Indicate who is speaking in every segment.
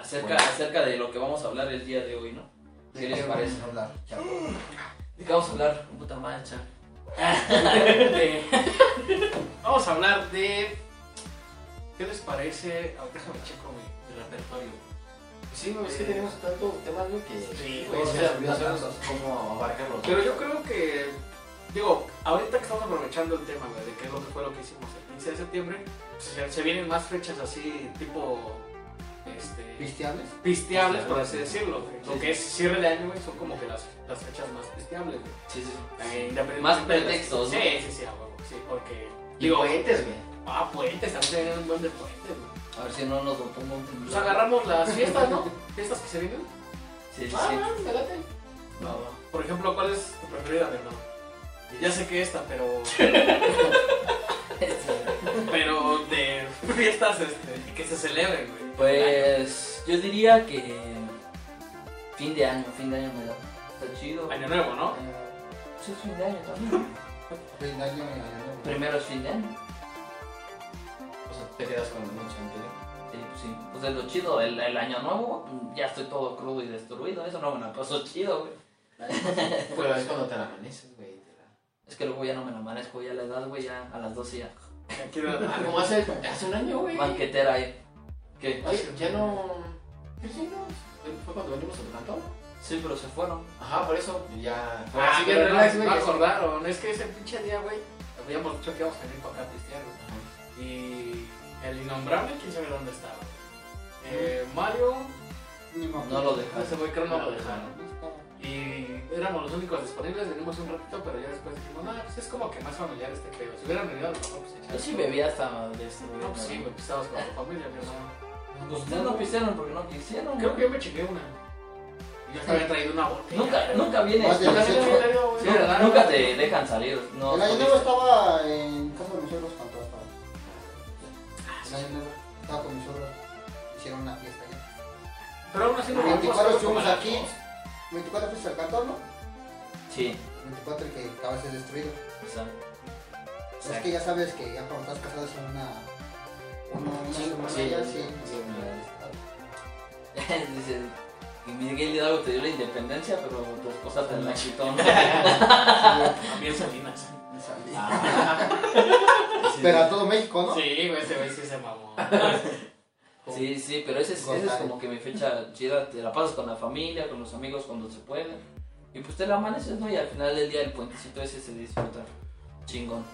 Speaker 1: acerca,
Speaker 2: Bueno.
Speaker 1: acerca de lo que vamos a hablar el día de hoy, ¿no?
Speaker 3: ¿De
Speaker 1: ¿Qué les
Speaker 3: vamos
Speaker 1: parece?
Speaker 3: a hablar, chavos?
Speaker 1: ¿De qué vamos a hablar? Puta madre, Char.
Speaker 2: De- Vamos a hablar de. ¿Qué les parece? A ver, déjame checo mi, mi repertorio.
Speaker 4: Sí, güey, es que tenemos tantos temas, ¿no? Que
Speaker 2: Sí,
Speaker 4: no
Speaker 2: güey,
Speaker 4: sé,
Speaker 2: sí,
Speaker 4: no
Speaker 2: sí.
Speaker 4: sabemos cómo abarcarlos.
Speaker 2: Pero yo creo que. Digo, ahorita que estamos aprovechando el tema, güey, de qué es lo que fue lo que hicimos el 15 de septiembre, pues, se, se vienen más fechas así, tipo. Este,
Speaker 3: ¿Pisteables?
Speaker 2: pisteables, por así
Speaker 4: Sí.
Speaker 2: decirlo. güey. Lo
Speaker 4: Sí,
Speaker 2: que es cierre de año, güey, son como que las, las fechas más pisteables, güey.
Speaker 1: Sí, sí.
Speaker 2: Eh, independiente-
Speaker 1: Más pretextos,
Speaker 2: Sí,
Speaker 1: ¿no?
Speaker 2: sí, sí, a huevo, sí, porque.
Speaker 4: Y
Speaker 2: Digo,
Speaker 4: puentes, güey.
Speaker 2: ah, puentes, también se vienen un buen de puentes, güey.
Speaker 1: Pues
Speaker 3: A ver si no nos botamos un
Speaker 2: Pues agarramos las fiestas, ¿no? Fiestas que se vienen.
Speaker 1: Sí, sí,
Speaker 2: Ah,
Speaker 1: sí.
Speaker 2: me late. No, no. Por ejemplo, ¿cuál es tu preferida, Bernardo? Ya sé que esta, pero. pero de fiestas este, que se celebren, güey.
Speaker 1: Pues yo diría que fin de año, fin de año me da. Está chido.
Speaker 2: Año nuevo, ¿no?
Speaker 1: Sí, es fin de año también.
Speaker 3: Fin de año, año nuevo.
Speaker 1: Primero es fin de año.
Speaker 4: O sea, te quedas con mucho anterior.
Speaker 1: Sí, pues sí. Pues es lo chido, el, el año nuevo, ya estoy todo crudo y destruido. Eso no me la pasó chido, güey.
Speaker 4: Pero es cuando te la amaneces, güey. y te la-
Speaker 1: Es que luego ya no me la amanezco, ya la edad, güey, ya a las 12 ya.
Speaker 2: Aquí no-
Speaker 4: Ah, como hace, hace un año, güey.
Speaker 1: Banquetera ahí. ¿Qué?
Speaker 4: Ay, ya no. ¿Qué hicimos? ¿Fue cuando venimos al cantón?
Speaker 1: Sí, pero se fueron.
Speaker 4: Ajá, por eso ya. Fue
Speaker 2: Ah,
Speaker 4: así
Speaker 2: pero
Speaker 4: bien relax,
Speaker 2: no,
Speaker 4: güey.
Speaker 2: no acordaron. Es que ese pinche día, güey, habíamos dicho que íbamos a venir para acá a pistear, güey.
Speaker 4: Ajá.
Speaker 2: Y el innombrable, quién sabe dónde estaba. Eh, Mario,
Speaker 3: Ni modo.
Speaker 1: No lo dejaron.
Speaker 2: ese güey creo no lo dejaron. Y éramos los únicos disponibles, venimos un ratito, pero ya después dijimos, no, pues es como que más familiar este pedo. Si hubieran venido, a lo mejor pues echar.
Speaker 1: Yo sí bebía hasta de este,
Speaker 2: No, pues sí, güey, pues estabas con tu familia, mi hermano.
Speaker 1: Pues ustedes no pisaron porque no quisieron,
Speaker 2: Creo que
Speaker 1: güey.
Speaker 2: yo me chingué una. Y yo hasta había traído una botella.
Speaker 1: Nunca, nunca vienes.
Speaker 3: Más
Speaker 2: Yo
Speaker 3: bien.
Speaker 2: también había traído, güey.
Speaker 1: Sí, ¿verdad? Nunca te dejan salir. No,
Speaker 3: El año nuevo estaba en casa de mis suegros cuando estaba. El año nuevo estaba con mis suegros. Hicieron una fiesta ya.
Speaker 2: Pero aún así no
Speaker 3: 24 estuvimos
Speaker 2: como a
Speaker 3: aquí.
Speaker 2: las dos.
Speaker 3: 24 fuiste al cantón, ¿no?
Speaker 1: Sí,
Speaker 3: 24 el que acabas de destruido.
Speaker 1: o sea,
Speaker 3: Es que ya sabes que ya cuando estás casado es una. Una, una
Speaker 1: Sí,
Speaker 3: semana
Speaker 1: sí,
Speaker 3: ya,
Speaker 1: sí,
Speaker 3: sí.
Speaker 1: sí, Dicen, que Miguel Hidalgo te dio la independencia, pero tu esposa te la quitó. ¿no?
Speaker 2: También Salinas.
Speaker 3: Salí.
Speaker 1: Sí,
Speaker 3: Ah, Pero a todo México, ¿no?
Speaker 2: Sí, güey, ese güey sí se mamó.
Speaker 1: Sí, sí, pero esa es, esa es como que mi fecha chida. Te la pasas con la familia, con los amigos cuando se puede. Y pues te la amaneces, ¿no? Y al final del día el puentecito ese se disfruta. Chingón.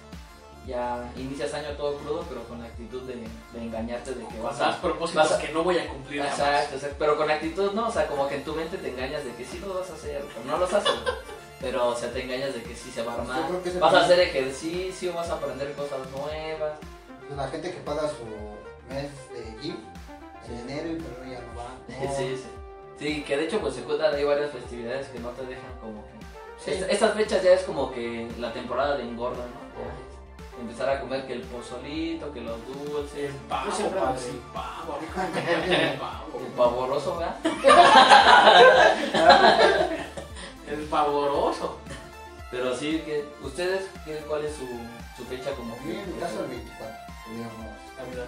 Speaker 1: Ya inicias año todo crudo, pero con la actitud de, de engañarte de que vas a
Speaker 2: Más propósitos
Speaker 1: vas a-
Speaker 2: que no voy a cumplir. jamás.
Speaker 1: Exacto, exacto, pero con actitud no, o sea, como que en tu mente te engañas de que sí lo vas a hacer, pero no los haces, güey. pero o sea, te engañas de que sí se va a
Speaker 3: Yo
Speaker 1: armar,
Speaker 3: creo que es el
Speaker 1: vas a
Speaker 3: país-
Speaker 1: hacer ejercicio, vas a aprender cosas nuevas,
Speaker 3: La gente que paga su mes de gym en enero y febrero ya no va. no.
Speaker 1: sí, sí, sí, que de hecho pues se cuentan hay varias festividades que no te dejan como que,
Speaker 3: Sí.
Speaker 1: Es- estas fechas ya es como que la temporada de engorda, ¿no? Ya es Empezar a comer que el pozolito, que los dulces,
Speaker 2: El pavo,
Speaker 4: Yo siempre
Speaker 2: padre,
Speaker 4: hago así.
Speaker 2: el pavo. A mí como me encanta el pavo.
Speaker 1: el pavoroso, ¿verdad?
Speaker 2: El pavoroso.
Speaker 1: Pero sí, que ustedes, qué- ¿cuál es su, su fecha como
Speaker 3: A
Speaker 1: que?
Speaker 3: mí en mi casa el 24 tuvimos
Speaker 2: Navidad.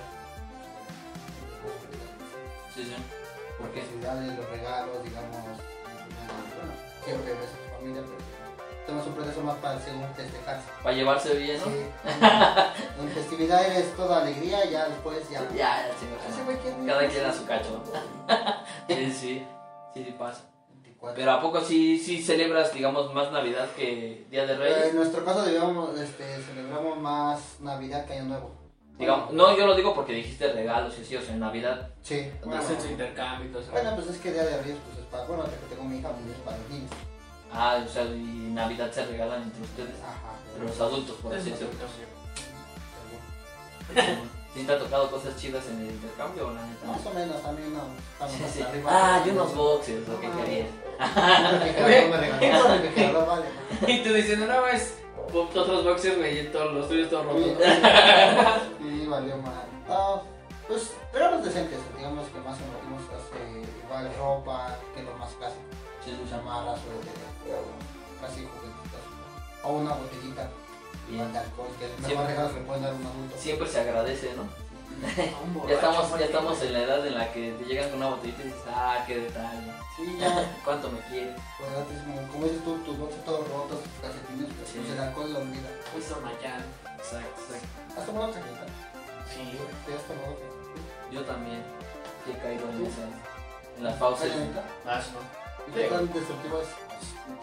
Speaker 1: Sí, sí. ¿Por
Speaker 3: porque
Speaker 1: qué?
Speaker 3: ciudades, los regalos, digamos, bueno, siempre ves a tu familia, pero tenemos un proceso más para según festejarse.
Speaker 1: Para llevarse bien, ¿no?
Speaker 3: Sí. en festividad eres toda alegría, ya después ya.
Speaker 1: Ya, ya, chinga tu
Speaker 3: Ese
Speaker 1: madre.
Speaker 3: güey, ¿quién es?
Speaker 1: Cada quien a su cacho. Sí, sí, sí, sí pasa.
Speaker 3: 24.
Speaker 1: Pero ¿a poco sí, sí celebras, digamos, más Navidad que Día de
Speaker 3: Eh,
Speaker 1: Reyes?
Speaker 3: en nuestro caso debíamos, este, celebramos más Navidad que Año Nuevo.
Speaker 1: Digamos, no, yo lo digo porque dijiste regalos y sí, o sea, en Navidad.
Speaker 3: Sí. Bueno,
Speaker 2: Hacen su intercambio y todo eso.
Speaker 3: bueno, pues es que Día de Reyes, pues es para, bueno, tengo mi hija, pues es para los niños.
Speaker 1: Ah, o sea, y Navidad se regalan entre ustedes,
Speaker 3: Ajá.
Speaker 1: entre los adultos, por así
Speaker 2: Eso sí,
Speaker 1: decirlo.
Speaker 2: eso sí.
Speaker 1: ¿Sí te ha tocado cosas chidas en el intercambio o la neta?
Speaker 3: Más o menos, también no. Estamos
Speaker 1: Sí,
Speaker 3: hasta
Speaker 1: sí.
Speaker 3: arriba.
Speaker 1: Ah, yo unos boxers, lo que
Speaker 3: Ah.
Speaker 1: querías.
Speaker 3: Refrigerador, me regaló, refrigerador, vale.
Speaker 2: Y tú diciendo, no, es otros boxers, güey, y todos los tuyos todos rotos.
Speaker 3: Sí, valió mal. Ah, pues éramos decentes, digamos que más invertimos hace igual ropa, que lo más clásico,
Speaker 1: Sí, sí,
Speaker 3: chamarras, suéteres, casi juguetitos, o una botellita
Speaker 1: Bien.
Speaker 3: de alcohol, que es el
Speaker 1: Siempre.
Speaker 3: mejor regalo que le pueden dar a un adulto.
Speaker 1: Siempre se agradece, ¿no? Ya estamos, ya estamos en la edad en la que te llegan con una botellita y dices, ah, qué detalle.
Speaker 3: Sí, ya.
Speaker 1: ¿Cuánto me quieres?
Speaker 3: Pues antes, como, como dices tú, tus botes todos rotos, tus calcetines, pero
Speaker 1: Sí.
Speaker 3: pues el alcohol lo olvida.
Speaker 2: Pues Tonayán.
Speaker 1: Exacto, exacto.
Speaker 3: ¿Has tomado caquita?
Speaker 2: Sí, güey.
Speaker 3: ¿Te has tomado caquita?
Speaker 1: Yo también he caído en esas. En las fauces.
Speaker 3: ¿Cañadita?
Speaker 4: Más, ¿no?
Speaker 3: ¿Y
Speaker 4: Sí.
Speaker 3: qué tan destructiva es?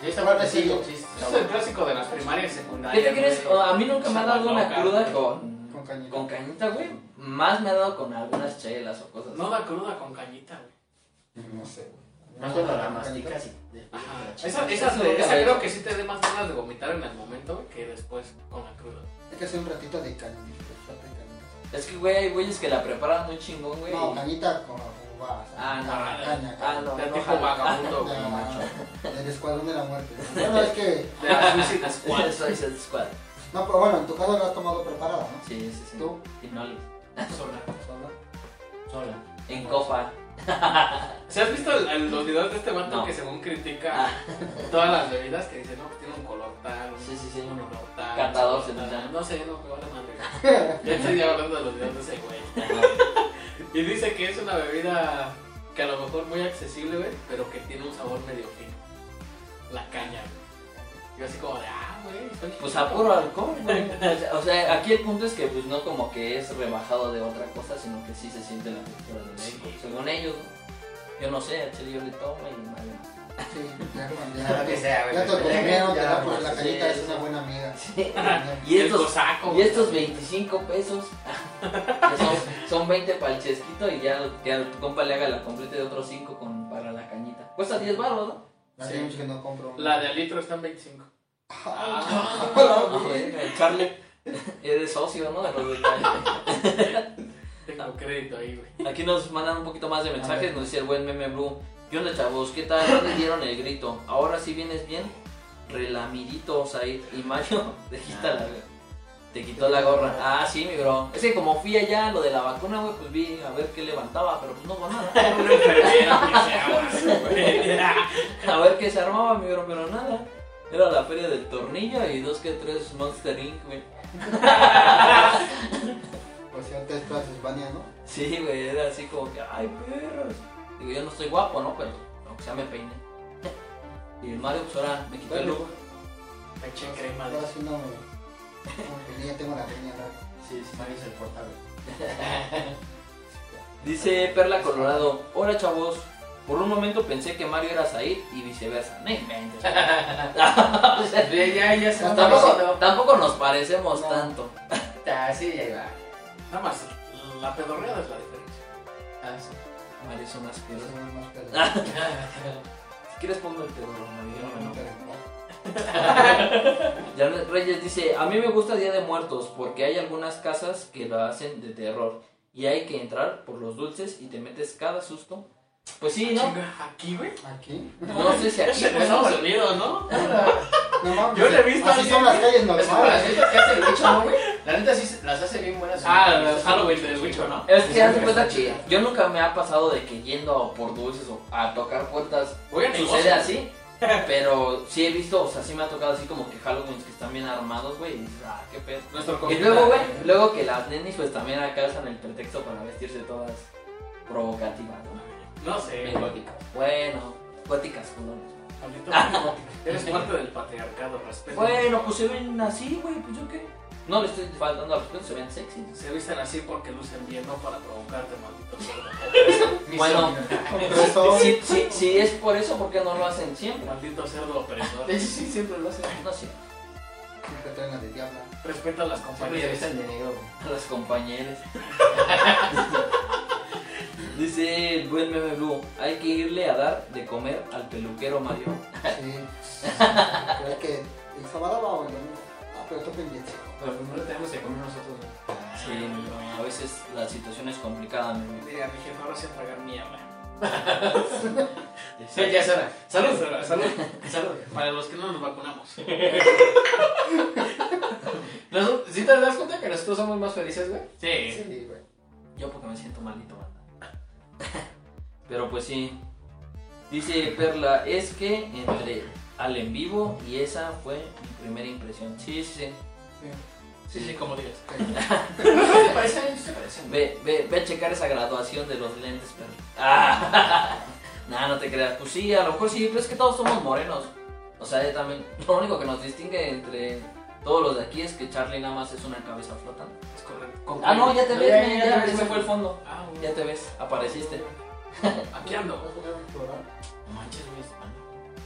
Speaker 4: Sí, está bueno, sí, sí,
Speaker 2: Eso
Speaker 4: está
Speaker 2: es el
Speaker 4: bueno.
Speaker 2: clásico de las primarias y
Speaker 1: ¿Qué
Speaker 2: secundarias.
Speaker 1: te crees?
Speaker 2: güey.
Speaker 1: O- A mí nunca me ha dado una
Speaker 2: Loca.
Speaker 1: cruda con,
Speaker 3: Con cañita.
Speaker 1: con cañita, güey. Más me ha dado con algunas chelas o cosas.
Speaker 2: No da cruda con cañita, güey.
Speaker 3: No sé, güey.
Speaker 4: Más cuando la
Speaker 3: ¿Cañita?
Speaker 4: masticas y después te la
Speaker 2: Ajá.
Speaker 4: chicas.
Speaker 2: Esa, esa,
Speaker 1: Eso nunca
Speaker 2: esa
Speaker 1: lo he
Speaker 2: creo
Speaker 1: hecho.
Speaker 2: que sí te dé más ganas de vomitar en el momento güey, que después con la cruda.
Speaker 3: Hay que hacer un ratito de cañita. shot de cañita.
Speaker 1: Es que, güey, hay güeyes que la preparan muy chingón, güey.
Speaker 3: No,
Speaker 1: y-
Speaker 3: cañita con uvas.
Speaker 1: Ah, no.
Speaker 3: Caña, caña.
Speaker 1: Ah, no.
Speaker 2: De
Speaker 1: no,
Speaker 2: tipo
Speaker 1: jala.
Speaker 2: vagabundo, güey.
Speaker 3: Ya, Del escuadrón de la muerte. Bueno, es que.
Speaker 2: De la Suicide Squad.
Speaker 1: ¿Cuál soy el squad?
Speaker 3: No, pero bueno, en tu caso lo has tomado preparado, ¿no?
Speaker 1: Sí, sí, sí.
Speaker 3: ¿Tú?
Speaker 1: Y no le-
Speaker 2: Sola.
Speaker 3: Solo.
Speaker 4: Sola.
Speaker 1: En copa.
Speaker 2: ¿Se has visto el- el- los videos de este vato
Speaker 1: No.
Speaker 2: que según critica
Speaker 1: Ah,
Speaker 2: todas las bebidas que dice, no, pues tiene un color tal,
Speaker 1: sí, sí, sí.
Speaker 2: tiene un olor tal?
Speaker 1: Catador,
Speaker 2: tal,
Speaker 1: se llama.
Speaker 2: No sé, no me vale madre. Ya estoy ya hablando de los videos de ese güey. Y dice que es una bebida que a lo mejor muy accesible, güey, pero que tiene un sabor medio fino. La caña, güey. Yo así como de, ah, güey, soy
Speaker 1: Pues
Speaker 2: fino".
Speaker 1: a puro alcohol, güey. O sea, aquí el punto es que pues no como que es rebajado de otra cosa, sino que sí se siente la textura del
Speaker 2: Sí.
Speaker 1: alcohol. Según ellos, ¿no? yo no sé, al chile yo le tomo y vale.
Speaker 3: Sí, ya cuando ya.
Speaker 4: Lo que sea, güey.
Speaker 3: Ya te comieron, te
Speaker 4: Ya,
Speaker 3: da por
Speaker 4: pues,
Speaker 3: la
Speaker 4: sí,
Speaker 3: cañita, es
Speaker 1: sí.
Speaker 3: una buena amiga.
Speaker 1: Sí.
Speaker 3: Ya.
Speaker 1: Y
Speaker 2: el
Speaker 1: estos,
Speaker 2: cosaco,
Speaker 1: y estos 25 pesos, que son, son 20 para el chesquito y ya que a tu compa le haga la completa de otros 5 con, para la cañita. Cuesta 10 baros, ¿no?
Speaker 3: Hace
Speaker 2: Sí.
Speaker 3: mucho que no compro.
Speaker 2: La de al litro está en 25.
Speaker 3: Ah,
Speaker 1: No, güey, el Charlie eres socio, ¿no? De los del Charlie.
Speaker 2: Tengo crédito ahí, güey.
Speaker 1: Aquí nos mandan un poquito más de mensajes, nos dice el buen meme blue. ¿Qué onda chavos? ¿Qué tal? ¿Dónde dieron el grito? Ahora sí vienes bien. Relamidito, Said y Mario, te quita la te quitó la gorra. Ah, sí, mi bro. Es que como fui allá a lo de la vacuna, güey, pues vi a ver qué levantaba, pero pues no con nada.
Speaker 2: Una enfermera que se güey.
Speaker 1: A ver qué se armaba, mi bro, pero nada. Era la feria del tornillo y dos que tres Monster Inc, güey.
Speaker 3: Por cierto, es Transylvania, ¿no?
Speaker 1: Sí, güey, era así como que, ay, perros. Digo, yo no estoy guapo, ¿no? Pero aunque sea me peiné. Y el Mario, pues ahora me quitó el
Speaker 3: Bueno,
Speaker 1: look.
Speaker 2: Me eché crema de...
Speaker 3: ahora sí no me. como que ya tengo la peña larga.
Speaker 1: Sí, sí.
Speaker 4: Mario es el portable.
Speaker 1: Dice Perla Colorado, hola chavos. Por un momento pensé que Mario era Said y viceversa. No inventes. güey. O sea,
Speaker 4: Ya, ya, ya se
Speaker 3: No,
Speaker 4: va
Speaker 1: tampoco,
Speaker 4: pareciendo.
Speaker 1: tampoco nos parecemos
Speaker 3: No.
Speaker 1: tanto.
Speaker 4: Ah, sí, ya iba.
Speaker 2: Nada más, la pedorreada es la diferencia.
Speaker 4: Ah, sí.
Speaker 1: Mario es un asqueroso.
Speaker 3: Eso no es más pedo.
Speaker 2: Ah.
Speaker 1: Si quieres pongo el pedo, Mario. yo no me
Speaker 3: No,
Speaker 1: enojo.
Speaker 3: pero
Speaker 1: Ya Re- Reyes dice, a mí me gusta Día de Muertos porque hay algunas casas que lo hacen de terror y hay que entrar por los dulces y te metes cada susto. Pues sí, ¿no?
Speaker 2: Chinga, ¿Aquí, güey?
Speaker 3: no. Aquí.
Speaker 1: No sé si aquí, pues, güey,
Speaker 2: Es en
Speaker 1: no
Speaker 2: Estados
Speaker 1: sé.
Speaker 2: Unidos, ¿no?
Speaker 3: No mames.
Speaker 2: Yo le he visto a
Speaker 3: Así son
Speaker 2: alguien-
Speaker 3: las calles
Speaker 4: Es como las
Speaker 3: normales.
Speaker 4: neta que hace el bicho, ¿no, güey? La neta sí se- las hace bien buenas.
Speaker 2: Ah, las Halloween del bicho, ¿no?
Speaker 1: Es que haz de cuenta que yo nunca me ha pasado de que yendo por dulces o a tocar puertas
Speaker 2: Voy a
Speaker 1: sucede así, pero sí he visto, o sea, sí me ha tocado así como que Halloween que están bien armados, güey, y dices, ah, qué pedo.
Speaker 2: Nuestro
Speaker 1: Y
Speaker 2: comida-
Speaker 1: luego, güey, luego que las nenis pues también alcanzan el pretexto para vestirse todas provocativas, ¿no?
Speaker 2: No sé, güey.
Speaker 1: Melódicas. Bueno, cuáticas culones.
Speaker 2: Pablito, Eres parte del patriarcado, respeto.
Speaker 1: Bueno, pues se ven así, güey, pues yo qué. No le estoy faltando al respeto, se ven sexy.
Speaker 2: Se visten así porque lucen bien, no para provocarte, maldito cerdo.
Speaker 1: Bueno.
Speaker 3: Opresor.
Speaker 1: Si, si, si es por eso, ¿por qué no lo hacen siempre?
Speaker 2: Maldito cerdo opresor.
Speaker 4: De hecho, sí, siempre lo hace.
Speaker 1: No sé,
Speaker 3: Siempre traen la de diabla.
Speaker 2: Respeta a las
Speaker 4: Siempre se
Speaker 2: compañeras.
Speaker 4: visten de negro, güey.
Speaker 1: a las compañeras. Dice el buen meme blue, hay que irle a dar de comer al peluquero Mario.
Speaker 3: Sí. Pero es que el sábado va a volver. Ah, pero está pendiente.
Speaker 4: Pero primero tenemos que comer nosotros, güey.
Speaker 1: Sí, no, a veces la situación es complicada, mi amigo.
Speaker 2: Diría, mi jefe, ahora sí entregar mierda.
Speaker 4: Sí, ya es hora. Salud,
Speaker 2: Es hora.
Speaker 4: salud, salud.
Speaker 2: Para los que no nos vacunamos.
Speaker 4: Nosotros- ¿Sí te das cuenta que nosotros somos más felices, güey?
Speaker 2: Sí.
Speaker 3: Sí, güey.
Speaker 1: Yo porque me siento malito, banda. Pero pues sí. Dice Perla, es que entre al en vivo y esa fue mi primera impresión. Sí, sí, sí.
Speaker 3: Sí.
Speaker 2: Sí, sí, como digas.
Speaker 4: ¿No se parecen? ¿Sí se parecen?
Speaker 1: Ve, ve, ve a checar esa graduación de los lentes, pero. Ah, nada, no te creas. Pues sí, a lo mejor sí, pero es que todos somos morenos. O sea, eh, también. Lo único que nos distingue entre todos los de aquí es que Charlie nada más es una cabeza flotante.
Speaker 2: Es correcto.
Speaker 1: Ah, no, ya te ves,
Speaker 3: Ya,
Speaker 1: men,
Speaker 3: ya,
Speaker 1: ya,
Speaker 3: ya,
Speaker 1: se
Speaker 3: ya.
Speaker 1: fue el fondo.
Speaker 2: Ah, güey.
Speaker 1: Ya te ves, apareciste.
Speaker 2: Aquí ando.
Speaker 3: Yo
Speaker 2: No manches, güey. es- ah,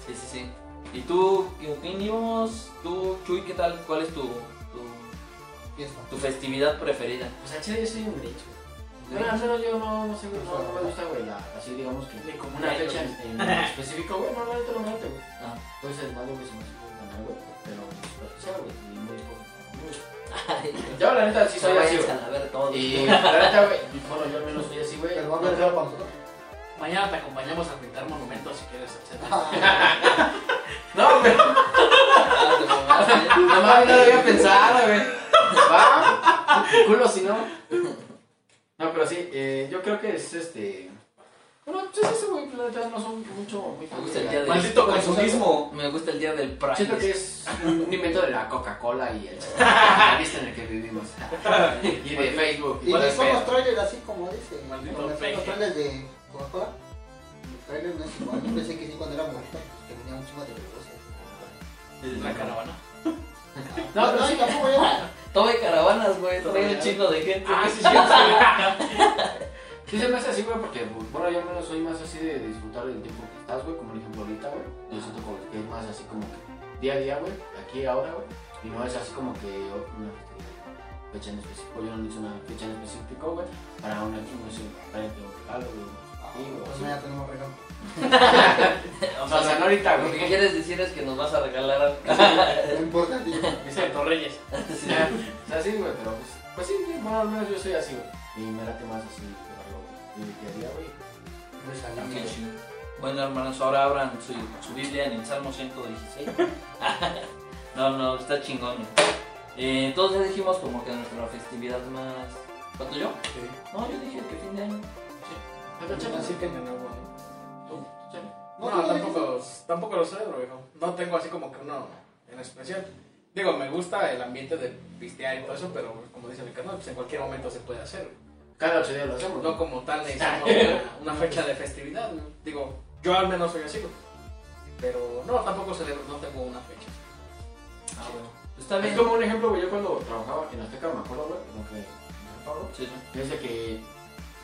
Speaker 1: Sí, sí, sí. ¿Y tú, qué opinios? ¿Tú, Chuy, qué tal? ¿Cuál es tu, tu, tu festividad preferida?
Speaker 4: O sea, Pues chile, yo soy un grinch, güey. Bueno, al menos yo no, no sé, güey, Pues no, no me gusta, güey, la, así digamos que...
Speaker 2: Ni como
Speaker 4: Una
Speaker 2: una
Speaker 4: fecha
Speaker 2: fecha.
Speaker 4: en, en específico, güey, no, no, no, no, no, güey.
Speaker 1: Ah.
Speaker 4: Puede ser algo que se me ocurre ganar, güey, pero pues, lo que sea, güey, y muy poco. muy poco. Yo, la neta, sí
Speaker 1: Sí,
Speaker 4: soy así,
Speaker 1: vayan
Speaker 4: güey.
Speaker 1: a ver todo.
Speaker 4: Y la neta, güey, bueno, yo al menos soy así, güey.
Speaker 3: Perdón, me veo cuando.
Speaker 2: Mañana te acompañamos a pintar monumentos si quieres, etcétera.
Speaker 4: No, güey,
Speaker 1: Ah, te mamaste.
Speaker 4: no mames, no lo había pensado, güey. Va, tu culo, si no. No, pero sí, eh, yo creo que es este... Bueno, pues es eso, güey, la neta, no son mucho, muy
Speaker 1: Me gusta el día de-
Speaker 2: Maldito consumismo.
Speaker 1: Me gusta el día del
Speaker 4: Siento que
Speaker 1: practice.
Speaker 4: es un, un invento de la Coca-Cola y el la vista en el que vivimos. y de Facebook.
Speaker 3: Y
Speaker 4: y de
Speaker 3: no son
Speaker 4: Facebook.
Speaker 3: los trailers así como dice.
Speaker 2: Maldito
Speaker 3: Como son
Speaker 2: peje.
Speaker 3: los trailers de Coca-Cola. Los trailers no es igual. Yo pensé que sí cuando era morrita, pues, que venía un chingo de eh. cosas.
Speaker 2: La caravana.
Speaker 3: No, no, y tampoco era.
Speaker 1: Todo hay caravanas, güey. Todo hay un
Speaker 4: Todavía.
Speaker 1: chingo de gente.
Speaker 4: Ah, sí, sí, sí. Sí, se me hace así, güey, porque, pues, bueno, yo al menos soy más así de disfrutar del tiempo que estás, güey, como por ejemplo ahorita, güey. Yo siento como que es más así como que día a día, güey, aquí y ahora, güey. Y no es así como que yo, una fecha en específico, yo no hice una fecha en específico, güey, para una acción, no sé, para que un regalo, güey, un
Speaker 3: Pues
Speaker 4: amigo,
Speaker 3: ya tenemos reloj.
Speaker 4: así.
Speaker 1: O
Speaker 4: No, o sea,
Speaker 1: sea,
Speaker 4: no ahorita,
Speaker 1: lo que
Speaker 4: güey.
Speaker 1: quieres decir es que nos vas a regalar algo.
Speaker 3: Lo importante.
Speaker 2: Dice Torreyes.
Speaker 1: Sí.
Speaker 4: Ya, o sea, sí, güey, pero pues, pues sí, güey, bueno, al menos yo soy así, güey. Y me late más así, pero lo que haría, güey.
Speaker 1: Ok, sí. Bueno, hermanos, ahora abran su, su Biblia en el Salmo 116. no, no, está chingón. Eh, entonces ya dijimos como que nuestra festividad más... ¿Cuánto yo? No, yo dije que fin de año.
Speaker 3: Así que me lo
Speaker 2: No, tampoco, tampoco lo celebro, viejo. No tengo así como que uno en especial. Digo, me gusta el ambiente de pistear y todo eso, pero como dice mi carnal, pues en cualquier momento se puede hacer. güey.
Speaker 4: Cada ocho días lo hacemos.
Speaker 2: No como tal necesitamos una, una fecha de festividad. güey. Digo, yo al menos soy así, güey. Pero no, tampoco celebro, no tengo una fecha.
Speaker 1: Ah, bueno. Está
Speaker 4: Es
Speaker 1: bien.
Speaker 4: como un ejemplo, güey, yo cuando trabajaba en Azteca, me acuerdo, güey, como que, me acuerdo,
Speaker 1: Sí, sí.
Speaker 4: desde que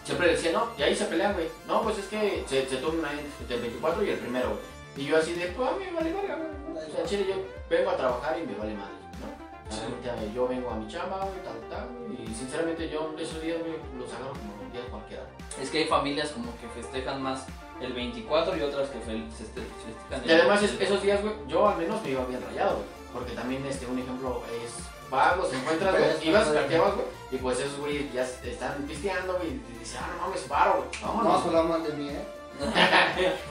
Speaker 4: siempre decía, no, y ahí se pelean, güey. No, pues es que se, se toma una entre el 24 y el primero, güey. Y yo así de, pues a mí me vale verga, güey. O sea, chile, yo vengo a trabajar y me vale madre, ¿no? O sea,
Speaker 1: Sí.
Speaker 4: ya, yo vengo a mi chamba, güey, tal, tal, güey. Y sinceramente yo esos días, güey, los agarro como días cualquiera.
Speaker 1: Es que hay familias como que festejan más el 24 y otras que fel- se- se- festejan el
Speaker 4: Y además es- esos días, güey, yo al menos me iba bien rayado, güey. Porque también este, un ejemplo es vago, se encuentras,
Speaker 3: Pero
Speaker 4: güey,
Speaker 3: es
Speaker 4: ibas,
Speaker 3: cuando-
Speaker 4: carteabas, güey, y pues esos güey ya s- están pisteando, güey, y dicen, ah, no mames, paro, güey,
Speaker 3: No
Speaker 4: vámonos.
Speaker 3: solo mal de mí, ¿eh?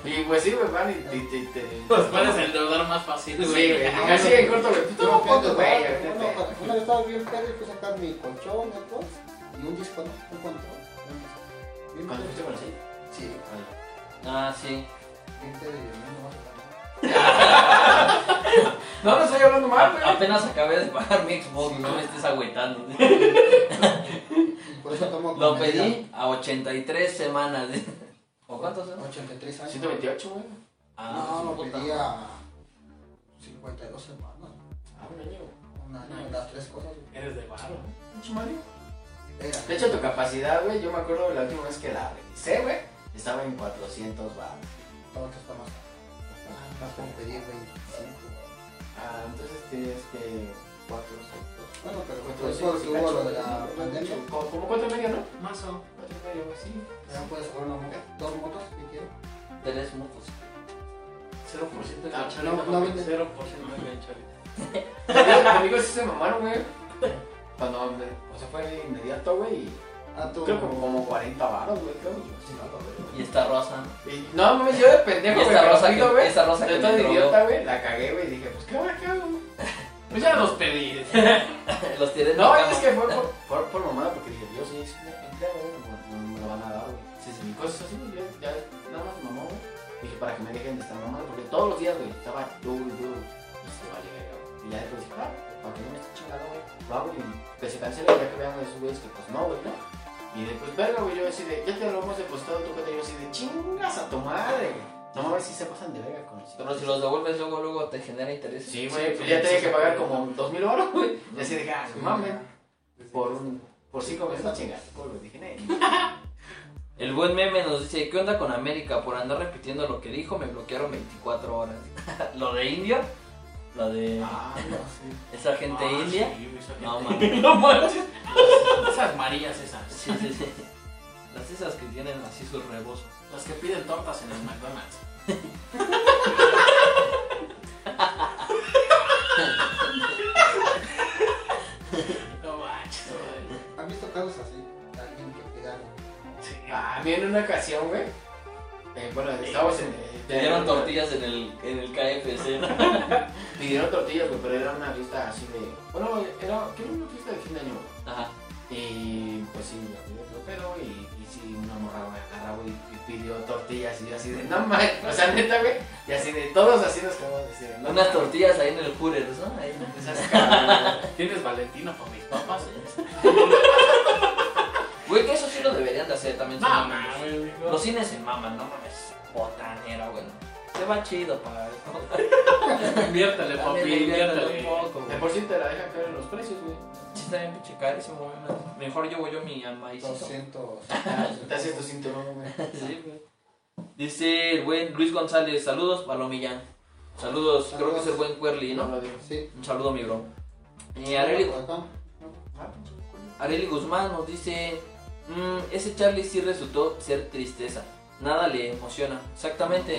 Speaker 4: y pues sí, güey, van y te... te, te-
Speaker 3: Pues,
Speaker 2: endeudar más fácil,
Speaker 4: Sí,
Speaker 2: güey.
Speaker 4: güey,
Speaker 3: no,
Speaker 4: casi
Speaker 3: no.
Speaker 4: en corto, güey, tú
Speaker 3: Yo
Speaker 4: toma fotos, güey.
Speaker 3: bueno,
Speaker 4: ahorita
Speaker 3: cuando- Una vez estaba bien pedo y fui a sacar mi colchón, mi Xbox, y un disco, ¿no? Un control. un disco.
Speaker 4: te-
Speaker 3: Bien
Speaker 4: Cuando fuiste
Speaker 3: pedo.
Speaker 4: para así.
Speaker 3: Sí,
Speaker 1: Ah, sí.
Speaker 3: bien pedo y no vas a sacar.
Speaker 4: No, no estoy hablando mal, güey.
Speaker 1: A- apenas acabé de pagar mi Xbox, no me estés agüetando.
Speaker 3: Y por eso tomo
Speaker 1: Lo
Speaker 3: con medida.
Speaker 1: pedí a 83 semanas. ¿O cuántos son?
Speaker 3: 83 años.
Speaker 4: 128, güey.
Speaker 1: su
Speaker 3: No, lo
Speaker 1: Ah, puta.
Speaker 3: pedí a 52 semanas.
Speaker 4: Ah, un año, güey.
Speaker 3: Un año, las tres cosas. güey.
Speaker 2: Eres de barro.
Speaker 4: Mucho Mario.
Speaker 3: Era.
Speaker 4: De hecho, tu capacidad, güey, yo me acuerdo de la última vez que la revisé, güey, estaba en 400 bar.
Speaker 3: Todo que está más. Más como pedir 25.
Speaker 4: Ah, entonces tienes que 4,
Speaker 3: Bueno, pero
Speaker 4: 4,
Speaker 3: fue porque hubo lo de la pandemia.
Speaker 4: Como 4 y medio, ¿no?
Speaker 2: Mazo.
Speaker 4: 4 y medio, sí.
Speaker 3: Ya puedes jugar una moto, dos motos si quieres.
Speaker 1: Tres motos.
Speaker 2: 0% de
Speaker 4: Ah,
Speaker 2: cacharita.
Speaker 3: no,
Speaker 2: papi,
Speaker 3: no vende.
Speaker 2: 0% de cacharita.
Speaker 4: Amigos, sí se mamaron, güey. Cuando, me- o sea, fue de inmediato, güey. y
Speaker 3: Ah, tú.
Speaker 4: Creo que como, como 40 baros, güey, creo. y yo, sí, no,
Speaker 1: Y esta rosa.
Speaker 4: güey. Y- No, mames, yo de pendejo,
Speaker 1: Y
Speaker 4: güey.
Speaker 1: esta rosa
Speaker 4: pero
Speaker 1: que-
Speaker 4: güey,
Speaker 1: esta rosa
Speaker 4: de
Speaker 1: que
Speaker 4: todo
Speaker 1: me drogó.
Speaker 4: idiota, güey, la cagué, güey, y dije, pues, ¿qué ahora qué hago, güey?
Speaker 2: Pues ya los pedí.
Speaker 1: Los tiré en
Speaker 4: No,
Speaker 1: la cama.
Speaker 4: es que fue por, por, por mamada, porque dije, Dios, sí, es una empleado, güey, no me lo van a dar, güey.
Speaker 1: Sí,
Speaker 4: Y
Speaker 1: sí.
Speaker 4: cosas así, güey, yo ya nada más mamó, güey. Dije, para que me dejen de estar mamando, porque todos los días, güey, estaba duro, duro. Y se vale, verga, güey. Y ya después dije, ah, para que no me esté chingando, güey. Lo hago y que se cancele ya que vean esos güeyes que pues no, güey, ¿no? Y después, verga, güey, yo así de, ya te lo hemos depositado tu cuenta, y yo así de, chingas a tu madre, güey. No mames, si se pasan de verga con eso.
Speaker 1: Pero si los devuelves luego, luego te genera interés.
Speaker 4: Sí,
Speaker 2: Sí,
Speaker 4: güey,
Speaker 2: sí,
Speaker 4: pues ya
Speaker 2: sí,
Speaker 4: tenía
Speaker 2: sí,
Speaker 4: que
Speaker 2: sí,
Speaker 4: pagar
Speaker 2: sí.
Speaker 4: como 2000 euros, güey. Y así de, ah,
Speaker 3: Sí.
Speaker 4: mames, por un, por 5 meses, no chingas, güey, pues, dije, "Nee".
Speaker 1: El buen meme nos dice, ¿qué onda con América? Por andar repitiendo lo que dijo, me bloquearon 24 horas. lo de India, lo de
Speaker 4: Ah,
Speaker 3: No, sí.
Speaker 1: esa gente
Speaker 2: Ah,
Speaker 1: india.
Speaker 2: sí, güey, esa
Speaker 1: No,
Speaker 2: gente-
Speaker 1: mames.
Speaker 2: No manches. Esas marías esas.
Speaker 1: Sí, sí, sí. Las esas que tienen así sus rebosos.
Speaker 2: Las que piden tortas en el McDonald's. no manches, güey.
Speaker 3: ¿Han visto casos así? Alguien que pida
Speaker 2: Sí.
Speaker 4: Ah, bien, en una ocasión, güey. eh, bueno, estábamos en. eh,
Speaker 1: Tenían tortillas en el, en el KFC. ¿no?
Speaker 4: Pidieron tortillas, güey, pero era una fiesta así de. Bueno, era. ¿Qué era una fiesta de fin de año, güey?
Speaker 1: Ajá.
Speaker 4: Y pues sí, la pidió pero y, y sí, una morra güey, agarra, güey, y pidió tortillas y yo así de, no mames, o sea, neta, güey, y así de, todos así nos quedamos así de, no
Speaker 1: Unas tortillas ahí en el Hooters, ¿no? Ahí.
Speaker 4: esas cabronas.
Speaker 2: ¿Tienes Valentino para mis papas?
Speaker 1: Güey, que eso sí lo deberían de hacer también. se
Speaker 2: No,
Speaker 1: maman.
Speaker 2: no, güey. digo.
Speaker 1: Los cines se maman, no mames. Botanera, bueno. Se va chido para...
Speaker 2: Inviértale,
Speaker 1: Dale,
Speaker 2: papi,
Speaker 1: le inviértale
Speaker 2: inviértale.
Speaker 1: un poco, güey.
Speaker 4: De por sí te la dejan caer en los precios, güey.
Speaker 1: Sí, está bien pinche carísimo, güey. no. Mejor llevo yo mi alma y
Speaker 3: 200.
Speaker 4: Te haces tu cinturón, güey.
Speaker 1: Sí, güey. Dice el buen Luis González, saludos Palomillán. Saludos, creo que es el buen Querly,
Speaker 4: Y no
Speaker 1: ¿no?
Speaker 4: lo digo.
Speaker 3: Sí. Pues,
Speaker 1: Un saludo, mi bro. Eh, Areli,
Speaker 3: Acá.
Speaker 4: Ah, pinche culo.
Speaker 1: Areli Guzmán nos dice, "Mm, ese Charlie sí resultó ser tristeza. Nada le emociona. Exactamente.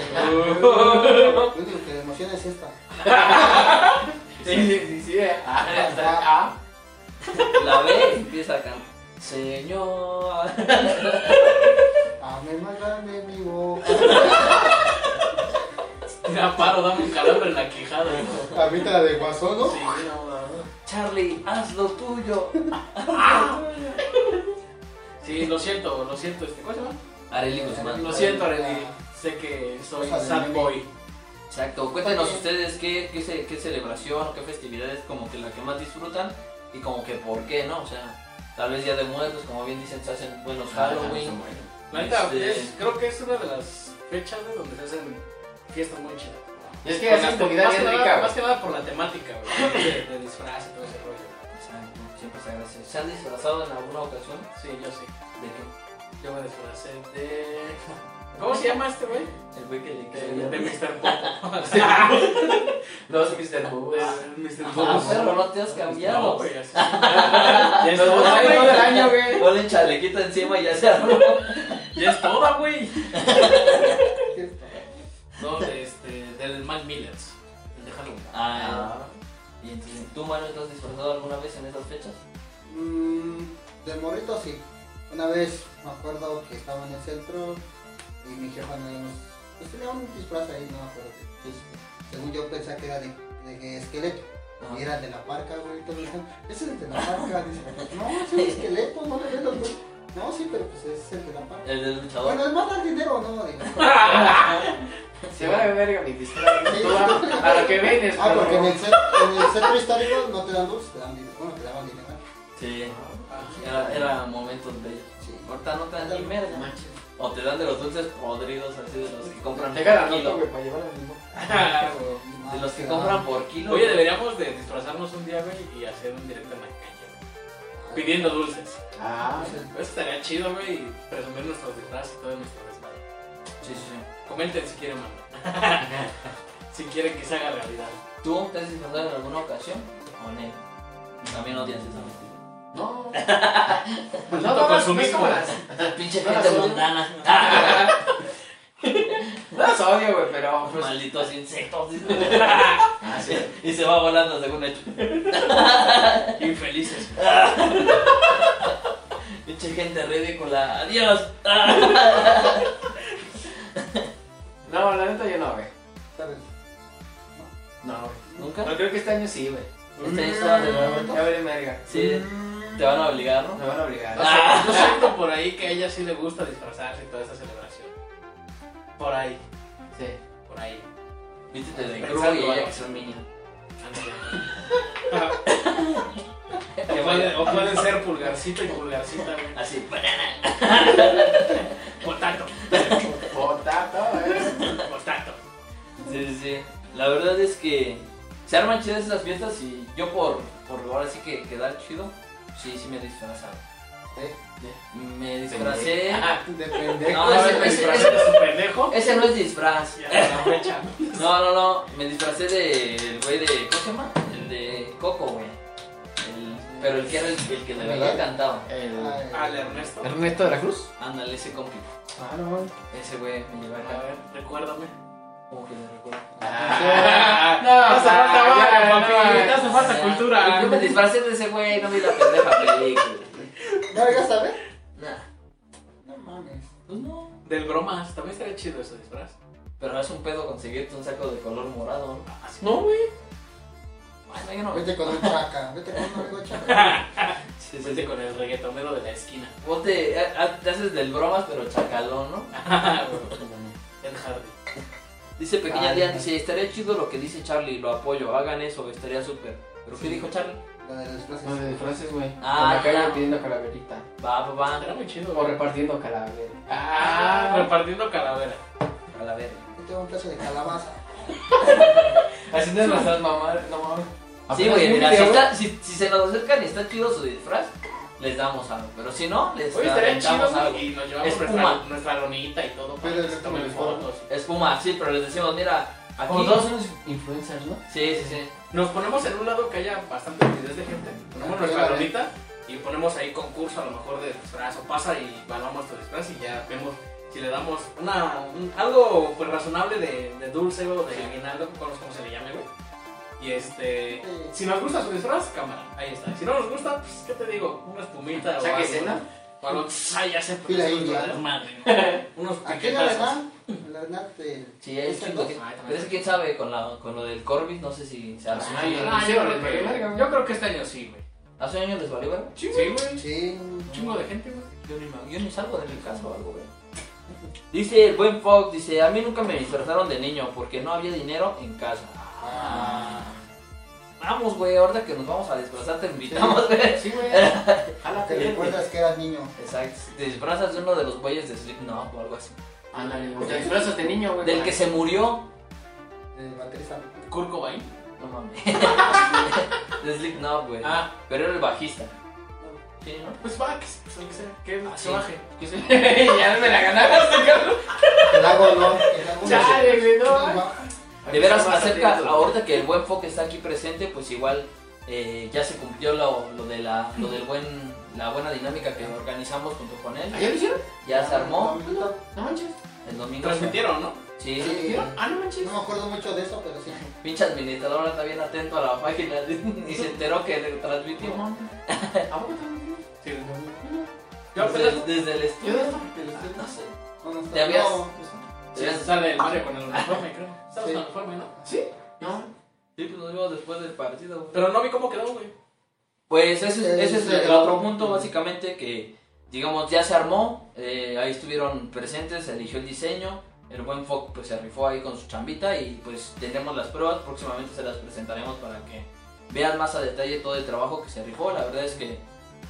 Speaker 3: Lo único que me emociona es esta.
Speaker 4: Sí, sí, sí, sí, eh. Ah, está, ah.
Speaker 1: La ve y empieza a cantar. Señor.
Speaker 3: Amén más grande, mi boca.
Speaker 2: Mira, paro, dame un calambre en la quijada. güey.
Speaker 3: Ahorita la de Guasón, ¿no?
Speaker 2: Sí, no, no, no.
Speaker 1: Charlie, haz lo tuyo.
Speaker 2: Sí, lo siento, lo siento. Este, ¿Cómo se llama?
Speaker 1: Areli Guzmán.
Speaker 2: Lo siento, Areli. Sé que soy
Speaker 3: Cosa de
Speaker 2: sad
Speaker 3: mí.
Speaker 2: boy.
Speaker 1: Exacto, cuéntenos ustedes qué, qué, ce- qué celebración o qué festividad es como que la que más disfrutan y como que por qué, ¿no? O sea, tal vez Día de Muertos, como bien dicen, se hacen buenos
Speaker 4: Ah,
Speaker 1: pues, Halloween.
Speaker 4: bueno.
Speaker 2: La neta,
Speaker 1: Este-
Speaker 2: es- creo que es una de las fechas güey, donde se hacen fiestas muy chidas.
Speaker 4: Es que
Speaker 2: Con
Speaker 4: haces
Speaker 2: las-
Speaker 4: comida
Speaker 2: más, que
Speaker 4: bien
Speaker 2: nada,
Speaker 4: rica,
Speaker 2: más
Speaker 4: güey.
Speaker 2: que nada por la temática, güey, de, de disfraz y todo ese rollo.
Speaker 1: Exacto, siempre se agradece. ¿Se han disfrazado en alguna ocasión?
Speaker 2: Sí, yo sí.
Speaker 1: ¿De qué?
Speaker 2: Yo me disfracé de... ¿Cómo se llama este güey?
Speaker 1: El güey que le
Speaker 2: De, de Mr. Popo.
Speaker 4: No, es Mr. Boo, es-
Speaker 2: Mr.
Speaker 1: Ah,
Speaker 2: Popo.
Speaker 1: pero no te has
Speaker 2: pues No,
Speaker 1: cambiado.
Speaker 2: güey, así. Ya es toda,
Speaker 4: Ay,
Speaker 2: güey.
Speaker 4: no, del año, güey.
Speaker 1: Ponle chalequita encima y ya se armó.
Speaker 2: Ya es toda, güey.
Speaker 3: Cierto.
Speaker 2: No, de este, del Mac Millers. El de Halloween.
Speaker 1: Ah, y entonces, ¿tú, Manuel, te has disfrazado alguna vez en esas fechas?
Speaker 3: Mm, de morrito sí. Una vez me acuerdo que estaba en el centro y mi jefa me dio pues tenía un disfraz ahí, no me acuerdo. qué.
Speaker 1: Pues,
Speaker 3: Según yo pensaba que era de, de que esqueleto.
Speaker 1: ajá.
Speaker 3: Y era de la parca, güey. y todo eso. Ese es el de la parca. Dice, no, es un esqueleto, no le ves los dos. No, sí, pero pues ese es el de la parca.
Speaker 1: El del luchador.
Speaker 3: Bueno, es más al dinero, no, digo.
Speaker 4: Se va a verga mi disfraz. güey. Tú a- A lo que vienes,
Speaker 3: Ah, porque en
Speaker 4: perro.
Speaker 3: el, cen- en el centro histórico no te dan dulces, te dan dinero. Bueno, te daban dinero.
Speaker 1: Sí, Ah, era, era momentos bellos.
Speaker 3: Sí.
Speaker 1: Ahorita no te dan ni merda.
Speaker 4: Manches.
Speaker 1: O te dan de los dulces podridos, así de los que compran
Speaker 4: Te ganan
Speaker 1: por
Speaker 4: otro,
Speaker 1: kilo.
Speaker 4: güey, para llevar al mismo.
Speaker 1: De los que compran por kilo.
Speaker 2: Oye, deberíamos de disfrazarnos un día, güey, y hacer un directo en la calle, güey, pidiendo dulces.
Speaker 4: Ah,
Speaker 2: Eso estaría chido, güey, y presumir nuestros disfraces y todo nuestro desmadre.
Speaker 1: Sí, sí, sí.
Speaker 2: Comenten si quieren, mano. si quieren que se haga realidad.
Speaker 1: ¿Tú te has disfrazado en alguna ocasión? ¿O no? También odias esa mentira.
Speaker 4: no.
Speaker 2: Maldito
Speaker 4: no, no,
Speaker 2: consumismo.
Speaker 4: no, es como
Speaker 1: Pinche
Speaker 4: No,
Speaker 1: gente
Speaker 4: no, no.
Speaker 1: mundana.
Speaker 4: las- No es odio, güey, pero. pues,
Speaker 1: Malditos insectos.
Speaker 4: ah, sí.
Speaker 1: y se va volando según hecho.
Speaker 2: Infelices.
Speaker 1: Pinche gente ridícula. Adiós. Ah.
Speaker 4: No, la neta yo no, güey.
Speaker 3: ¿Sabes?
Speaker 4: No, güey.
Speaker 1: ¿Nunca?
Speaker 4: No, creo que este año sí, güey.
Speaker 1: Este año se va de nuevo.
Speaker 4: Ya veré, verga.
Speaker 1: Sí, te van a obligar, ¿no?
Speaker 4: Me van a obligar.
Speaker 2: No sé,
Speaker 1: Ah.
Speaker 2: yo siento por ahí que a ella sí le gusta disfrazarse y toda esa celebración. Por ahí,
Speaker 4: Sí.
Speaker 2: por ahí.
Speaker 1: Vístete de
Speaker 2: Pensando,
Speaker 1: cruz y ella
Speaker 2: vaya.
Speaker 1: que son minions.
Speaker 2: Ándale. O puede, o puede ser pulgarcito y pulgarcita, güey.
Speaker 1: Así, banana.
Speaker 2: Potato,
Speaker 4: Potato, ¿eh?
Speaker 2: potato.
Speaker 1: Sí, sí, sí. La verdad es que se arman chidas esas fiestas y yo por, por ahora sí que quedar chido, sí, sí me disfrazaba.
Speaker 3: ¿Eh?
Speaker 1: Me disfracé.
Speaker 3: De pendejo.
Speaker 1: No, Ah, ese-
Speaker 2: Ahora
Speaker 1: ese-
Speaker 2: me disfrazé de su pendejo.
Speaker 1: Ese no es disfraz.
Speaker 2: Y hasta la fecha.
Speaker 1: No, no, no. Me disfracé del güey de. ¿Cómo se llama? El de Coco, güey. El- pero el que era el, el que de verdad cantaba.
Speaker 4: El-
Speaker 3: Ay,
Speaker 2: Al Ernesto. A
Speaker 4: Ernesto de la Cruz.
Speaker 1: Ándale, ese compi.
Speaker 3: Ah, no.
Speaker 1: Ese güey me llevó acá.
Speaker 2: ver, recuérdame.
Speaker 1: Como que le recuerdo.
Speaker 4: Ah,
Speaker 2: No, hace falta
Speaker 4: ya,
Speaker 2: vara,
Speaker 4: no,
Speaker 2: papi,
Speaker 4: no,
Speaker 2: hace falta
Speaker 1: Ya,
Speaker 2: cultura.
Speaker 1: Eh, Yo me disfracé de ese güey, no vi la pendeja película.
Speaker 3: ¿Ya llegaste a ver?
Speaker 1: Nah.
Speaker 3: No mames.
Speaker 1: Pues no.
Speaker 2: Del bromas, también estaría chido ese disfraz.
Speaker 1: Pero es un pedo conseguirte un saco de color morado. ¿no?
Speaker 2: No, güey.
Speaker 1: Bueno, yo no.
Speaker 3: Vete con un chaca. Vete con un amigo chaca.
Speaker 1: Sí, sí,
Speaker 2: Vete
Speaker 1: sí.
Speaker 2: con el reggaetonero de la esquina.
Speaker 1: Vos te, a- a- eh, ah, te haces del bromas, pero chacalón, ¿no?
Speaker 2: El Hardy.
Speaker 1: Dice Pequeña
Speaker 3: Ay,
Speaker 1: Diana,
Speaker 3: no.
Speaker 1: dice, estaría chido lo que dice Charlie, lo apoyo, hagan eso, estaría súper. ¿Pero qué
Speaker 3: Sí.
Speaker 1: dijo Charlie?
Speaker 3: La de los
Speaker 4: No, de
Speaker 3: frases.
Speaker 4: disfraces, güey.
Speaker 1: Ah,
Speaker 4: Ah, la calle
Speaker 1: ya.
Speaker 4: pidiendo calaverita.
Speaker 1: Va, va,
Speaker 2: Era
Speaker 1: va.
Speaker 2: muy chido,
Speaker 4: O
Speaker 2: güey.
Speaker 4: repartiendo calavera.
Speaker 2: Ah, repartiendo calavera.
Speaker 1: A la verga.
Speaker 3: Yo tengo un plazo de calabaza.
Speaker 4: Así no es nuestras mamás, no mames.
Speaker 1: Sí,
Speaker 4: Apenas
Speaker 1: güey,
Speaker 4: vi un
Speaker 1: mira, si,
Speaker 4: video, güey.
Speaker 1: está- si, si se nos acercan y está chido su disfraz, les damos algo. Pero si no, les
Speaker 2: Oye, estaría
Speaker 1: aventamos
Speaker 2: chido
Speaker 1: algo.
Speaker 2: güey, y nos llevamos
Speaker 1: Espuma.
Speaker 2: nuestra, nuestra lonita y todo para
Speaker 3: Pero
Speaker 2: que se
Speaker 3: no
Speaker 2: tomen
Speaker 3: como
Speaker 2: fotos.
Speaker 1: Espuma, sí, pero les decimos, mira, aquí.
Speaker 4: Como todos somos influencers, ¿no?
Speaker 1: Sí, sí, sí.
Speaker 2: Nos ponemos en un lado que haya bastante actividad de gente. Ponemos nuestra
Speaker 3: Vale.
Speaker 2: lonita y ponemos ahí concurso a lo mejor de disfraz o pasa y evaluamos tu disfraz y ya vemos si le damos una, un- algo pues razonable de, de dulce o de aguinaldo, no conozco cómo se le llame, güey. Y este, si nos gusta su disfraz, cámara, ahí está. Si no nos gusta, pues, ¿qué te digo? Una espumita o algo.
Speaker 4: Sáquese, ¿no?
Speaker 2: O algo, ay, ya sé, pues,
Speaker 3: Y la india.
Speaker 2: madre. Unos
Speaker 3: Aquí en la
Speaker 2: piquetazos.
Speaker 3: verdad, la verdad te.
Speaker 1: Sí, es
Speaker 3: Ese
Speaker 1: chingo.
Speaker 3: no.
Speaker 2: Ah, también.
Speaker 1: Pero es que quién sabe, con, la, con lo del Corbis, no sé si se hace un
Speaker 4: Ay,
Speaker 1: año.
Speaker 4: no.
Speaker 2: Ah, yo creo que- Yo creo que este año sí, güey.
Speaker 1: ¿Hace un año les valió verga?
Speaker 2: Sí, güey.
Speaker 3: Sí.
Speaker 2: Un chingo de gente, güey.
Speaker 1: Yo ni, me- yo ni salgo de mi casa o algo, güey. Dice el buen Fox, dice, a mí nunca me disfrazaron de niño porque no había dinero en casa.
Speaker 3: Ah.
Speaker 1: Vamos, güey, ahorita que nos vamos a disfrazar te invitamos, güey.
Speaker 4: Sí, güey. Jala,
Speaker 3: Te recuerdas que eras niño.
Speaker 1: Exacto, te disfrazas de uno de los güeyes de Slipknot o algo así.
Speaker 4: Ándale, güey. Te disfrazas de niño, güey.
Speaker 1: Del que se murió.
Speaker 3: El baterista.
Speaker 2: Kurt Cobain.
Speaker 1: No mames. de Slipknot, güey.
Speaker 2: Ah,
Speaker 1: Pero era el bajista. Sí, ¿no?
Speaker 2: pues va, que se, que se, que
Speaker 1: Ah,
Speaker 2: se
Speaker 1: sí.
Speaker 2: baje.
Speaker 4: Que se- ya me la ganaste, cabrón.
Speaker 3: El lago no. El lago no.
Speaker 2: Chale, güey, no.
Speaker 3: No,
Speaker 1: De veras,
Speaker 2: Estaba
Speaker 1: acerca,
Speaker 2: atento.
Speaker 1: ahorita que el buen Fox está aquí presente, pues igual eh, ya se cumplió lo, lo de la, lo del buen, la buena dinámica que organizamos junto con él.
Speaker 4: ¿Ah, ¿Ya lo hicieron?
Speaker 1: Ya se armó
Speaker 4: No manches.
Speaker 1: el domingo.
Speaker 2: Transmitieron, ¿no?
Speaker 1: Sí,
Speaker 3: Sí.
Speaker 4: ¿Transmitieron? Ah, no manches.
Speaker 3: No me acuerdo mucho de eso, pero sí.
Speaker 1: pinche administrador ahora está bien atento a la página y se enteró que le
Speaker 4: No
Speaker 1: transmitimos.
Speaker 4: mames. ¿A poco transmitieron?
Speaker 2: Sí. Yo
Speaker 1: Desde,
Speaker 2: apenas.
Speaker 1: desde el
Speaker 4: Yo
Speaker 1: estudio.
Speaker 4: de esto.
Speaker 1: No sé.
Speaker 3: No, no,
Speaker 1: ¿Ya habías?
Speaker 3: no, pues,
Speaker 2: Sí, sale el Mario con el uniforme, creo. Estaba
Speaker 3: Sí.
Speaker 2: con el uniforme, ¿no?
Speaker 4: ¿Sí? No.
Speaker 1: Sí, pues nos vimos después del partido.
Speaker 2: Pero no vi cómo quedó, güey.
Speaker 1: Pues ese, es-
Speaker 3: Eh,
Speaker 1: ese es
Speaker 3: eh,
Speaker 1: el otro
Speaker 3: eh,
Speaker 1: punto,
Speaker 3: eh.
Speaker 1: básicamente, que digamos ya se armó, eh, ahí estuvieron presentes, se eligió el diseño, el buen Foc pues se rifó ahí con su chambita y pues tendremos las pruebas, próximamente se las presentaremos para que vean más a detalle todo el trabajo que se rifó, la verdad es que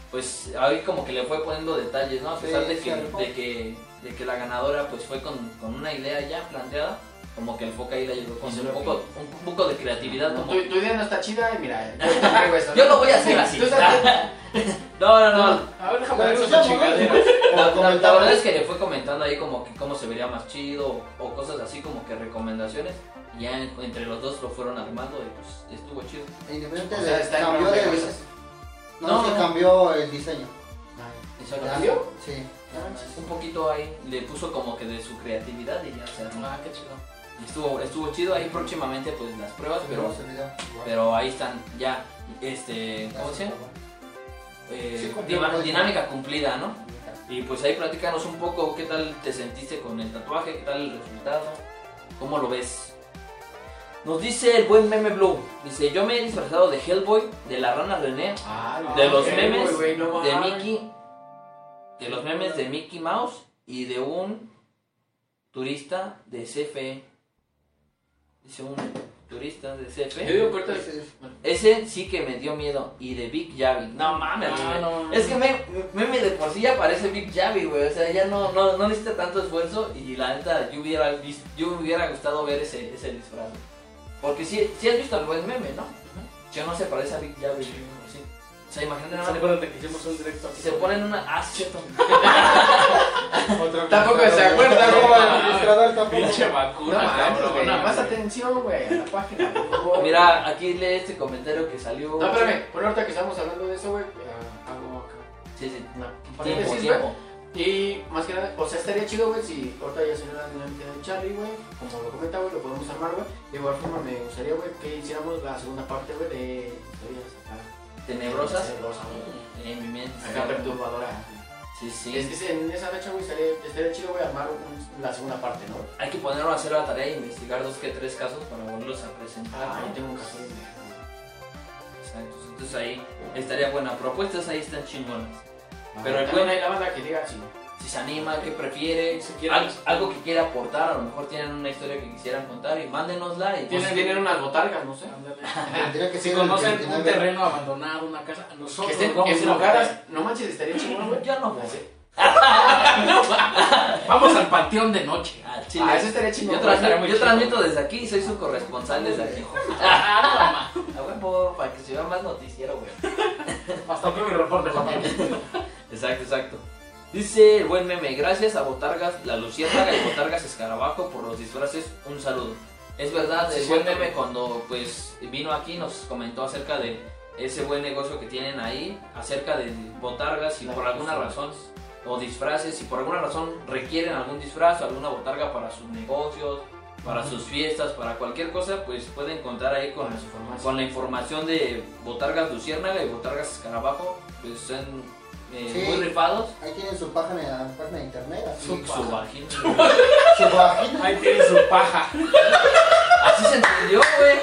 Speaker 1: pues ahí como que le fue poniendo detalles, ¿no? A
Speaker 3: Sí,
Speaker 1: pesar de,
Speaker 3: se
Speaker 1: que,
Speaker 3: rifó.
Speaker 1: de, que, de que la ganadora pues fue con, con una idea ya planteada, como que el Foc ahí le ayudó con
Speaker 4: Y se
Speaker 1: un
Speaker 4: lo
Speaker 1: poco, un poco de creatividad,
Speaker 4: No,
Speaker 1: como...
Speaker 4: Tu, tu idea no está chida y mira, eh, yo te traigo esto.
Speaker 1: Yo lo voy a hacer así.
Speaker 4: Tú estás-
Speaker 1: No, no, no,
Speaker 2: A ver, déjame ver
Speaker 3: Pero
Speaker 2: esa
Speaker 3: escuchamos, ¿no?
Speaker 2: chingadera.
Speaker 1: La, la-
Speaker 3: Como
Speaker 1: Pues la verdad
Speaker 3: comentaba,
Speaker 1: es que le fue comentando ahí como que cómo se vería más chido o, o cosas así como que recomendaciones. Y ya en- entre los dos lo fueron armando y pues estuvo chido.
Speaker 3: independiente
Speaker 4: O sea,
Speaker 3: de
Speaker 4: está en
Speaker 3: cambió
Speaker 4: orden
Speaker 3: de
Speaker 4: de cosas.
Speaker 3: no,
Speaker 1: No,
Speaker 3: no,
Speaker 1: no.
Speaker 3: se cambió el diseño.
Speaker 1: Y se lo-
Speaker 4: ¿Cambió?
Speaker 3: Sí.
Speaker 1: Ah, Un poquito ahí le puso como que de su creatividad y ya se armó.
Speaker 2: Ah, qué chido.
Speaker 1: Y estuvo, estuvo chido ahí próximamente pues las pruebas, pero,
Speaker 3: Subimos el video.
Speaker 1: pero ahí están ya, este, ¿cómo se llama? Eh,
Speaker 3: Sí, cumplió
Speaker 1: dima-
Speaker 3: con-
Speaker 1: dinámica cumplida, ¿no? Y pues ahí platícanos un poco qué tal te sentiste con el tatuaje, qué tal el resultado, cómo lo ves. Nos dice el buen meme Blue, dice yo me he disfrazado de Hellboy, de la rana René,
Speaker 4: Ah,
Speaker 1: de los
Speaker 2: ok,
Speaker 1: memes
Speaker 2: güey, no
Speaker 1: de
Speaker 2: mames.
Speaker 1: Mickey, de los memes de Mickey Mouse y de un turista de CFE. E". Dice un turistas de E.
Speaker 2: Yo
Speaker 1: CF.
Speaker 2: digo corta de...
Speaker 3: Ese-
Speaker 1: Ese sí que me dio miedo. Y de Big Javi. No mames,
Speaker 2: Ah,
Speaker 1: güey.
Speaker 2: no, no.
Speaker 1: Es que me- meme de por sí ya parece Big Javi, güey. O sea, ya no, no, no necesita tanto esfuerzo. Y la neta, yo hubiera, vis- yo me hubiera gustado ver ese, ese disfraz. güey. Porque sí, sí has visto el buen meme, ¿no? Que no se parece a Big Javi. güey, así. O sea, imagínate nada más.
Speaker 2: Acuérdate que hicimos un directo.
Speaker 1: Si se ponen una. Ah, sí, cierto.
Speaker 3: Otro
Speaker 4: Tampoco
Speaker 3: administrador.
Speaker 4: se acuerda,
Speaker 3: Otro
Speaker 4: ¿no?
Speaker 3: administrador tampoco.
Speaker 2: Pinche
Speaker 4: No
Speaker 2: vacuna,
Speaker 4: manches, güey.
Speaker 2: cabrón.
Speaker 4: Más atención, güey, a la página. por favor.
Speaker 1: Mira, aquí lee este comentario que salió.
Speaker 4: No, espérame. Por ahorita que estamos hablando de eso, güey, ah, hago acá.
Speaker 1: Sí, sí.
Speaker 4: No,
Speaker 1: Tiempo,
Speaker 4: paréntesis, güey.
Speaker 1: tiempo.
Speaker 4: Y más que nada, o sea, estaría chido, güey, si ahorita ya salió la dinámica de Charlie, güey, como lo comenta, güey, lo podemos armar, güey. De igual forma me gustaría, güey, que hiciéramos la segunda parte, güey, de historias acá,
Speaker 1: Tenebrosas.
Speaker 4: Tenebrosas, güey.
Speaker 1: En mi mente.
Speaker 4: acá perturbadoras.
Speaker 1: Sí, sí.
Speaker 4: Es que se- en esa fecha, güey, estaría, estaría chido, güey, armar un- la segunda parte, ¿no?
Speaker 1: Hay que ponernos a hacer la tarea e investigar dos que tres casos para volverlos a presentar.
Speaker 4: Ah, yo
Speaker 1: ¿no?
Speaker 4: tengo que hacer un-
Speaker 1: Exacto. Entonces ahí estaría buena. Propuestas ahí están chingonas. Pero
Speaker 4: Pero
Speaker 1: el
Speaker 4: el güey, la banda que diga, sí.
Speaker 1: Si se anima, qué prefiere,
Speaker 2: Si quieren-
Speaker 1: al- algo que quiera aportar, a lo mejor tienen una historia que quisieran contar y mándenosla y pues,
Speaker 4: Tienen, tienen unas botargas, no sé.
Speaker 3: Tendría Ah, que
Speaker 2: Si
Speaker 3: ser el
Speaker 2: conocen
Speaker 3: 29.
Speaker 2: un terreno abandonado, una casa, nosotros
Speaker 4: Que estén
Speaker 2: vamos a ir a
Speaker 4: enfocadas. No manches, estaría chingón, güey.
Speaker 1: Yo no voy.
Speaker 4: Así.
Speaker 2: buscar. Vamos al panteón de noche.
Speaker 1: Ah, chile.
Speaker 4: Ah, eso estaría chingón.
Speaker 1: yo,
Speaker 4: güey,
Speaker 1: transmi-
Speaker 4: estaría muy
Speaker 1: yo
Speaker 4: chido.
Speaker 1: transmito desde aquí y soy su corresponsal desde aquí.
Speaker 2: Ah,
Speaker 1: A huevo, para que se vea más noticiero, güey.
Speaker 2: no, ma. Hasta aquí mi reporte, papá.
Speaker 1: Exacto, exacto. Dice el buen meme, gracias a Botargas, la Luciérnaga y Botargas Escarabajo por los disfraces, un saludo. Es verdad, el
Speaker 2: Sí,
Speaker 1: buen
Speaker 2: cierto.
Speaker 1: meme cuando pues vino aquí nos comentó acerca de ese buen negocio que tienen ahí, acerca de Botargas y
Speaker 4: La
Speaker 1: por alguna
Speaker 4: Luciérnaga.
Speaker 1: razón, o disfraces, si por alguna razón requieren algún disfraz o alguna Botarga para sus negocios, para sus fiestas, para cualquier cosa, pues pueden contar ahí con
Speaker 4: Con las informaciones.
Speaker 1: con la información de Botargas Luciérnaga y Botargas Escarabajo, pues son eh,
Speaker 3: Sí.
Speaker 1: muy rifados.
Speaker 3: Ahí tienen su página, página de internet. Así,
Speaker 1: Su, su
Speaker 3: su
Speaker 1: vagina.
Speaker 3: página.
Speaker 2: Ahí tiene su paja.
Speaker 1: Así se entendió, güey.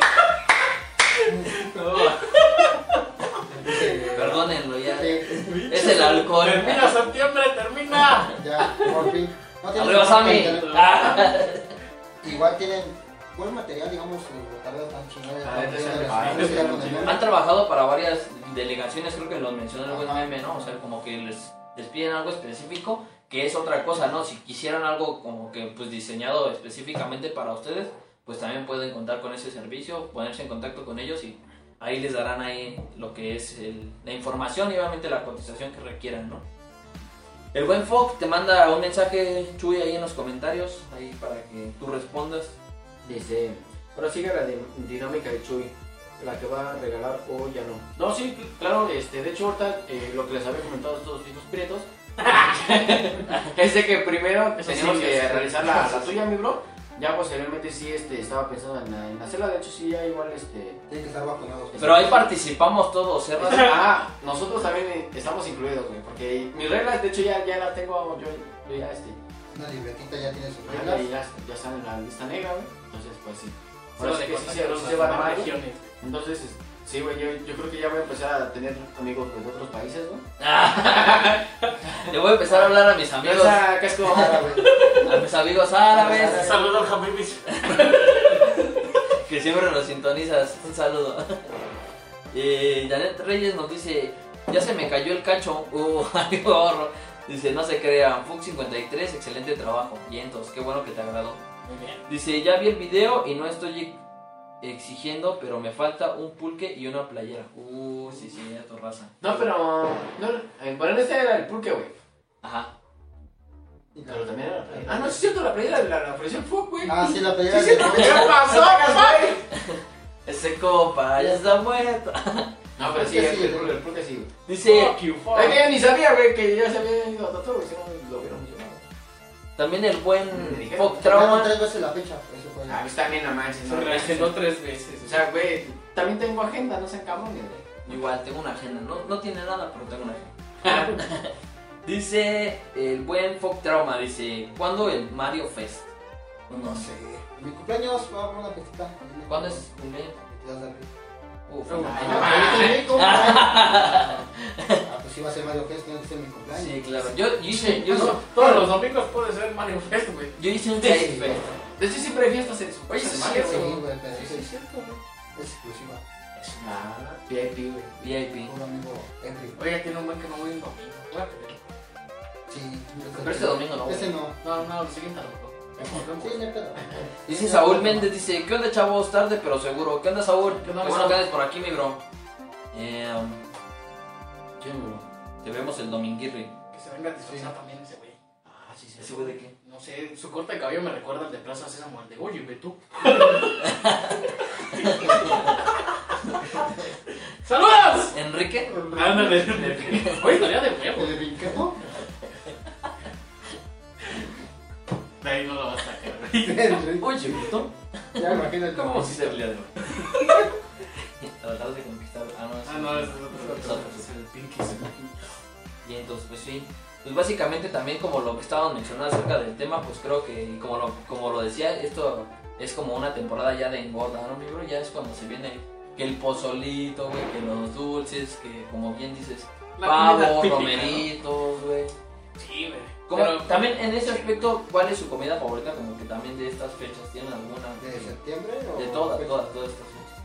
Speaker 1: Perdónenlo ya. Es el alcohol.
Speaker 2: Termina septiembre, termina.
Speaker 3: Ya, por fin. No tienen
Speaker 1: Arriba,
Speaker 3: su página
Speaker 1: Sammy.
Speaker 3: de internet.
Speaker 1: Ah.
Speaker 3: Igual tienen buen material, digamos, sus botargas tan chingones.
Speaker 4: Ah,
Speaker 3: también,
Speaker 4: es el-
Speaker 3: de las
Speaker 4: ah,
Speaker 3: manos,
Speaker 4: es
Speaker 3: ya
Speaker 4: el-
Speaker 3: con el-
Speaker 1: Han trabajado para varias delegaciones, creo que los mencionó el buen
Speaker 3: Ajá.
Speaker 1: meme, ¿no? O sea, como que les, les piden algo específico, que es otra cosa, ¿no? Si quisieran algo como que pues diseñado específicamente para ustedes, pues también pueden contar con ese servicio, ponerse en contacto con ellos y ahí les darán ahí lo que es el- la información y obviamente la cotización que requieran, ¿no? El buen Fox te manda un mensaje, Chuy, ahí en los comentarios, ahí para que tú respondas.
Speaker 4: Dice, ahora sigue la din- dinámica de Chuy, la que va a regalar o ya no. No, sí, cl- claro, este, de hecho ahorita eh, lo que les había comentado a estos hijos prietos es de que primero
Speaker 2: Eso
Speaker 4: teníamos
Speaker 2: sí,
Speaker 4: que
Speaker 2: es-
Speaker 4: realizar la, la tuya, mi bro. Ya posteriormente sí este, estaba pensando en, la- en hacerla, de hecho sí, ya igual este...
Speaker 3: Tienen que estar vacunados.
Speaker 1: Pero ahí participamos todos, ¿eh, ¿cierto?
Speaker 4: Ah, nosotros también eh, estamos incluidos, güey, porque mis reglas, de hecho ya, ya la tengo, yo, yo ya este...
Speaker 3: Una libretita ya tiene sus
Speaker 4: Ya,
Speaker 3: reglas.
Speaker 4: ya, ya están en la lista negra, güey. Entonces, pues sí.
Speaker 2: Ahora
Speaker 4: Ahora
Speaker 2: sí
Speaker 4: sí que sí se, sí
Speaker 2: las
Speaker 4: se va a
Speaker 2: demás
Speaker 4: armar, güey.
Speaker 2: regiones.
Speaker 4: Entonces, es- sí, güey, yo, yo creo que ya voy a empezar a tener amigos de otros países, güey.
Speaker 1: Le voy a empezar a hablar a mis amigos, a
Speaker 4: Esa casco árabe.
Speaker 1: mis amigos árabes,
Speaker 4: Árabes.
Speaker 2: Saludos, Jamibis.
Speaker 1: que siempre nos sintonizas. Un saludo. Eh, Janet Reyes nos dice, ya se me cayó el cacho. Uh, amigo ahorro. Dice, no se crean, Fuck 53, excelente trabajo. Y entonces, qué bueno que te agradó.
Speaker 2: Muy bien.
Speaker 1: Dice, ya vi el video y no estoy exigiendo, pero me falta un pulque y una playera. Uh, sí, sí, ya tu raza.
Speaker 4: No, pero. No, eh, bueno, este era el pulque, güey.
Speaker 1: Ajá.
Speaker 4: Pero también era la playera. Ah, no, sí es cierto, la playera la, la ofreció el Fuck, güey.
Speaker 3: Ah, sí, la
Speaker 4: Sí,
Speaker 3: playera
Speaker 4: es
Speaker 3: de
Speaker 4: cierto, ¿qué pasó, güey?
Speaker 1: Ese copa ya está muerto.
Speaker 4: No, pero sí,
Speaker 3: Sí,
Speaker 4: el,
Speaker 3: sí,
Speaker 4: el,
Speaker 3: güey.
Speaker 4: pulque- el pulque sí, güey.
Speaker 1: Dice,
Speaker 2: Fuck you, fuck.
Speaker 4: Es que yo ni sabía, güey, que ya se había ido a Tato, güey, si no lo hubiéramos llevado.
Speaker 1: también el buen
Speaker 4: Me dijeron,
Speaker 1: Fuck
Speaker 3: Trauma
Speaker 1: Trauma.
Speaker 3: tres veces la fecha. Eso fue.
Speaker 4: Ah, pues también, no manches.
Speaker 2: Se
Speaker 4: no
Speaker 2: reaccionó tres veces.
Speaker 4: O sea, güey, también tengo agenda, no sean cabrones, güey.
Speaker 1: Igual, tengo una agenda. No, no tiene nada, pero tengo una agenda. dice el buen Fox Trauma, dice, ¿cuándo el Mario Fest?
Speaker 3: No sé. Mi cumpleaños va a una fiesta.
Speaker 1: ¿Cuándo es tu cumpleaños?
Speaker 3: Te vas a reír.
Speaker 1: Uf,
Speaker 2: No,
Speaker 1: no.
Speaker 3: Ah, ¿viste mi cumpleaños? Ah, pues pues iba a ser Mario Fest, no es mi cumpleaños.
Speaker 1: Sí, claro. Yo, yo hice, yo,
Speaker 2: Yo no, todos los domingos puede ser Mario Fest, güey.
Speaker 1: yo hice un
Speaker 4: Sí.
Speaker 1: Side Fest.
Speaker 4: De hecho, siempre hay fiestas en su
Speaker 2: Oye, eso es
Speaker 4: semana,
Speaker 2: cierto.
Speaker 4: güey.
Speaker 3: Sí, güey, pero
Speaker 2: Sí,
Speaker 3: es,
Speaker 2: es cierto, güey.
Speaker 3: es exclusiva.
Speaker 4: Es una VIP, güey.
Speaker 1: VIP.
Speaker 3: Un amigo Henry.
Speaker 2: Oiga, tiene un buen que no voy el domingo. Voy a pedir.
Speaker 3: Sí.
Speaker 1: Pero este domingo no. güey.
Speaker 3: Ese no.
Speaker 2: No, no, lo siguiente a lo mejor.
Speaker 3: Sí, no hay pedo.
Speaker 1: Dice Saúl Méndez, dice, ¿qué onda chavos? Tarde pero seguro. ¿Qué onda Saúl?
Speaker 2: ¿Qué onda,
Speaker 1: bueno
Speaker 2: Saúl?
Speaker 1: que andes por aquí, mi bro. Eh, bro? Te vemos el dominguirri.
Speaker 2: Que se venga a disfrazar también ese güey.
Speaker 4: Ah, sí, sí.
Speaker 1: ¿Ese güey de qué?
Speaker 2: No sé, su corte de cabello me recuerda al de Plaza Sésamo, al de Oye, ve tú. ¡Saludos!
Speaker 1: ¿Enrique?
Speaker 2: Ándale. Oye, estaría de huevo.
Speaker 3: ¿El de Vinquejo?
Speaker 2: De ahí no lo vas a sacar.
Speaker 3: Henry.
Speaker 1: Oye, ¿tú?
Speaker 3: Ya imagino el
Speaker 1: ¿Cómo se el día de hoy? Tratar de conquistar... Ah, no, es-
Speaker 2: Ah, no, ese es otro.
Speaker 1: Es otro,
Speaker 2: Es
Speaker 1: sí.
Speaker 2: el Pinky.
Speaker 1: Y entonces, pues sí. Pues básicamente también como lo que estábamos mencionando acerca del tema, pues creo que y como lo, como lo decía, esto es como una temporada ya de engorda, ¿no? Mi bro? ya es cuando se viene que el pozolito, güey, que los dulces, que como bien dices,
Speaker 2: La
Speaker 1: pavo,
Speaker 2: comida típica,
Speaker 1: romeritos, güey.
Speaker 2: ¿no? Sí, güey.
Speaker 1: Como-
Speaker 2: Pero-
Speaker 1: También en ese aspecto, ¿cuál es su comida favorita? Como que también de estas fechas, ¿tienen alguna?
Speaker 3: ¿De septiembre o...?
Speaker 1: De todas, todas, todas estas fechas.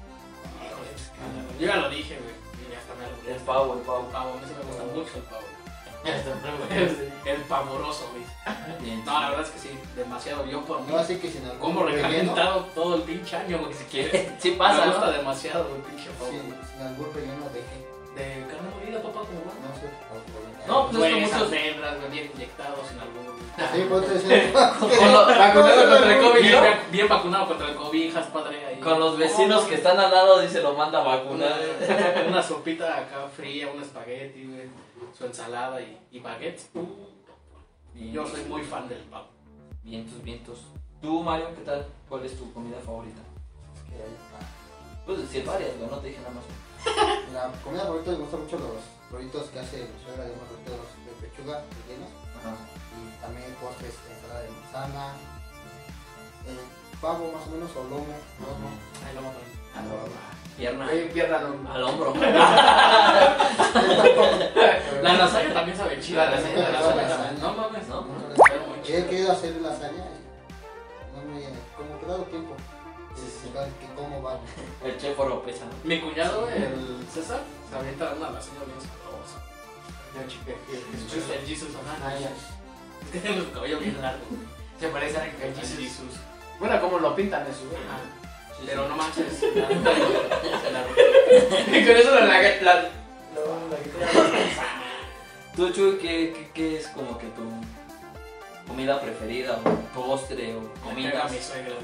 Speaker 2: Híjole, es que- Yo ya lo dije, güey. Y hasta me
Speaker 1: El
Speaker 2: lo
Speaker 1: pavo, el pavo.
Speaker 2: El pavo, eso me gusta mucho el pavo.
Speaker 4: Ya está, pero, güey.
Speaker 2: El, el pavoroso, güey.
Speaker 1: Bien.
Speaker 2: No, la verdad es que sí, demasiado. Yo por mí.
Speaker 3: No, así que sin algún
Speaker 2: Como
Speaker 3: relleno.
Speaker 2: recalentado todo el pinche año, güey, si quieres.
Speaker 1: Sí
Speaker 2: Me
Speaker 1: pasa,
Speaker 2: gusta
Speaker 1: ¿no?
Speaker 2: demasiado, güey, pinche pavo.
Speaker 3: Sí, sin algún relleno de qué.
Speaker 2: De carne molida, papá, como bueno.
Speaker 3: No sé.
Speaker 1: No, pues es que
Speaker 2: Güey, esas
Speaker 1: muchos...
Speaker 2: hembras, güey, bien inyectados en algún.
Speaker 3: Sí, pues es...
Speaker 2: Vacunado contra el COVID,
Speaker 1: ¿no?
Speaker 2: bien, bien vacunado contra el COVID, hijas padre ahí. Oh,
Speaker 1: Con los vecinos que están al lado, dice, lo manda a vacunar.
Speaker 2: Una, una sopita acá fría, un espagueti, güey, su ensalada y, y baguettes. Uh, Yo soy muy fan del pavo.
Speaker 1: Vientos, vientos. Tú, Mario, ¿qué tal? ¿Cuál es tu comida favorita? Pues decir varias, güey, no te dije nada más.
Speaker 3: La comida favorita me gustan mucho los rollitos que hace mi suegra, yo me acuerdo de los de pechuga rellenos
Speaker 1: Ajá.
Speaker 3: y también postres de ensalada de manzana, eh, pavo más o menos o lomo, lomo.
Speaker 2: Ahí lo vamos a
Speaker 4: Ah, no, va.
Speaker 1: Pierna.
Speaker 4: Oye, pierna no.
Speaker 1: Al hombro.
Speaker 2: poner. La lasaña también sabe chida, la lasaña, la lasaña.
Speaker 3: Lasaña.
Speaker 2: No mames, no. Eh. Pero muy
Speaker 3: Yo he
Speaker 2: chida.
Speaker 3: querido hacer lasaña y no me como que he dado tiempo. eh,
Speaker 1: Sí, sí.
Speaker 3: Que como va.
Speaker 1: El chef oro pesa. ¿no?
Speaker 2: Mi
Speaker 4: Ah,
Speaker 2: cuñado, el César, se avienta una lasaña bien sabrosa.
Speaker 4: No, chica, que- que su
Speaker 2: Es
Speaker 4: chiste
Speaker 2: el Jesus, ajá.
Speaker 3: Ah, ya.
Speaker 2: Es que tiene su cabello bien largo.
Speaker 4: Se parece a Rick
Speaker 2: El
Speaker 4: Jesus.
Speaker 2: Jesus.
Speaker 4: Bueno, como lo pintan eso, güey.
Speaker 2: Ajá.
Speaker 1: Sí,
Speaker 2: Pero
Speaker 1: sí.
Speaker 2: no manches. la- la- la- Y con eso la la- la-
Speaker 1: Tú, Chuy, ¿qué, qué, qué es como que tu comida preferida? ¿O postre? ¿O
Speaker 2: Comida a
Speaker 1: comidas?
Speaker 2: mis suegros.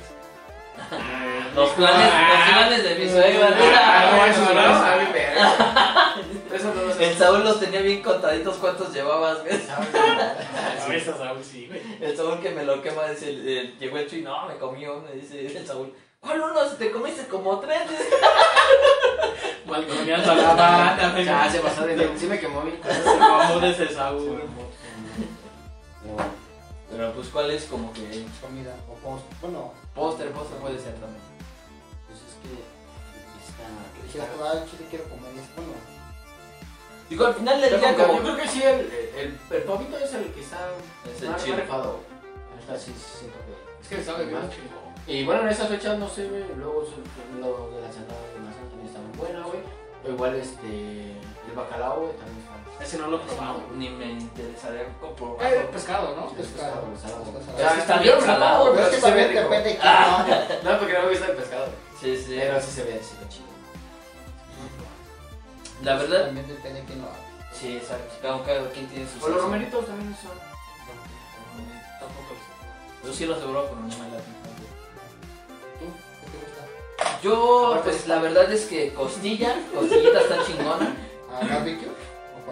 Speaker 1: Los planes, los planes de mi suegra.
Speaker 2: Ah,
Speaker 4: Ah,
Speaker 2: eso
Speaker 4: eso
Speaker 2: no.
Speaker 4: no sabe, pero- Eso no lo
Speaker 1: El
Speaker 4: sabe.
Speaker 1: Saúl los tenía bien contaditos cuántos llevabas, güey.
Speaker 2: A veces aún Ah, sí, güey.
Speaker 1: El Saúl que me lo quema dice, el, el- llegó el chuy, no, me comí uno, y dice el Saúl, ¿cuál uno? Si te comiste como tres.
Speaker 2: Balconeando a la banda, güey.
Speaker 4: Ya, se pasó de verga. Sí me quemó bien.
Speaker 2: Se mamó de ese Saúl, güey.
Speaker 1: Pero pues, ¿cuál es como que
Speaker 3: Comida o postre. Bueno,
Speaker 1: póster, póster puede ser también?
Speaker 4: Pues es que ah,
Speaker 3: si la
Speaker 4: está-
Speaker 3: verdad "Ah, chile quiero comer y es bueno.
Speaker 1: Digo, al final del
Speaker 4: Yo
Speaker 1: día como...
Speaker 4: creo que sí, el, el, el pavito es el que está
Speaker 1: Es el
Speaker 4: más
Speaker 1: chido.
Speaker 4: marcado. Ahorita sí sí siento que-
Speaker 2: Es que sabe bien chingón.
Speaker 4: Y bueno, en esas fechas, no sé, güey, luego su- lo de la ensalada de manzana también está muy buena, güey. O igual este, el bacalao, güey, también está.
Speaker 2: Ese no lo he probado.
Speaker 1: Ni me interesaría
Speaker 2: Ah,
Speaker 1: comprobarlo.
Speaker 2: el
Speaker 4: Eh,
Speaker 2: pescado, ¿no?
Speaker 4: Es pescado, pescado.
Speaker 3: es pescado.
Speaker 4: Ya,
Speaker 1: Es que está
Speaker 4: yo
Speaker 1: bien
Speaker 4: me lo
Speaker 1: salado,
Speaker 4: como,
Speaker 3: Pero es
Speaker 4: sí
Speaker 3: que
Speaker 4: se ve
Speaker 3: también
Speaker 4: rico.
Speaker 3: depende de quién no.
Speaker 4: No, porque no me gusta el pescado.
Speaker 1: Sí, sí.
Speaker 4: Pero sí se ve, sí se ve chido.
Speaker 1: La verdad...
Speaker 3: Pues, También depende de quién lo haga.
Speaker 1: Sí, exacto. Cada, cada quien tiene sus...
Speaker 4: O los romeritos también son.
Speaker 2: Tampoco lo
Speaker 1: Yo sí los seguro pero no me late.
Speaker 3: ¿Qué te gusta?
Speaker 1: Yo, pues la verdad es que costilla, costillita está chingona.
Speaker 3: ¿A barbecue? ¿O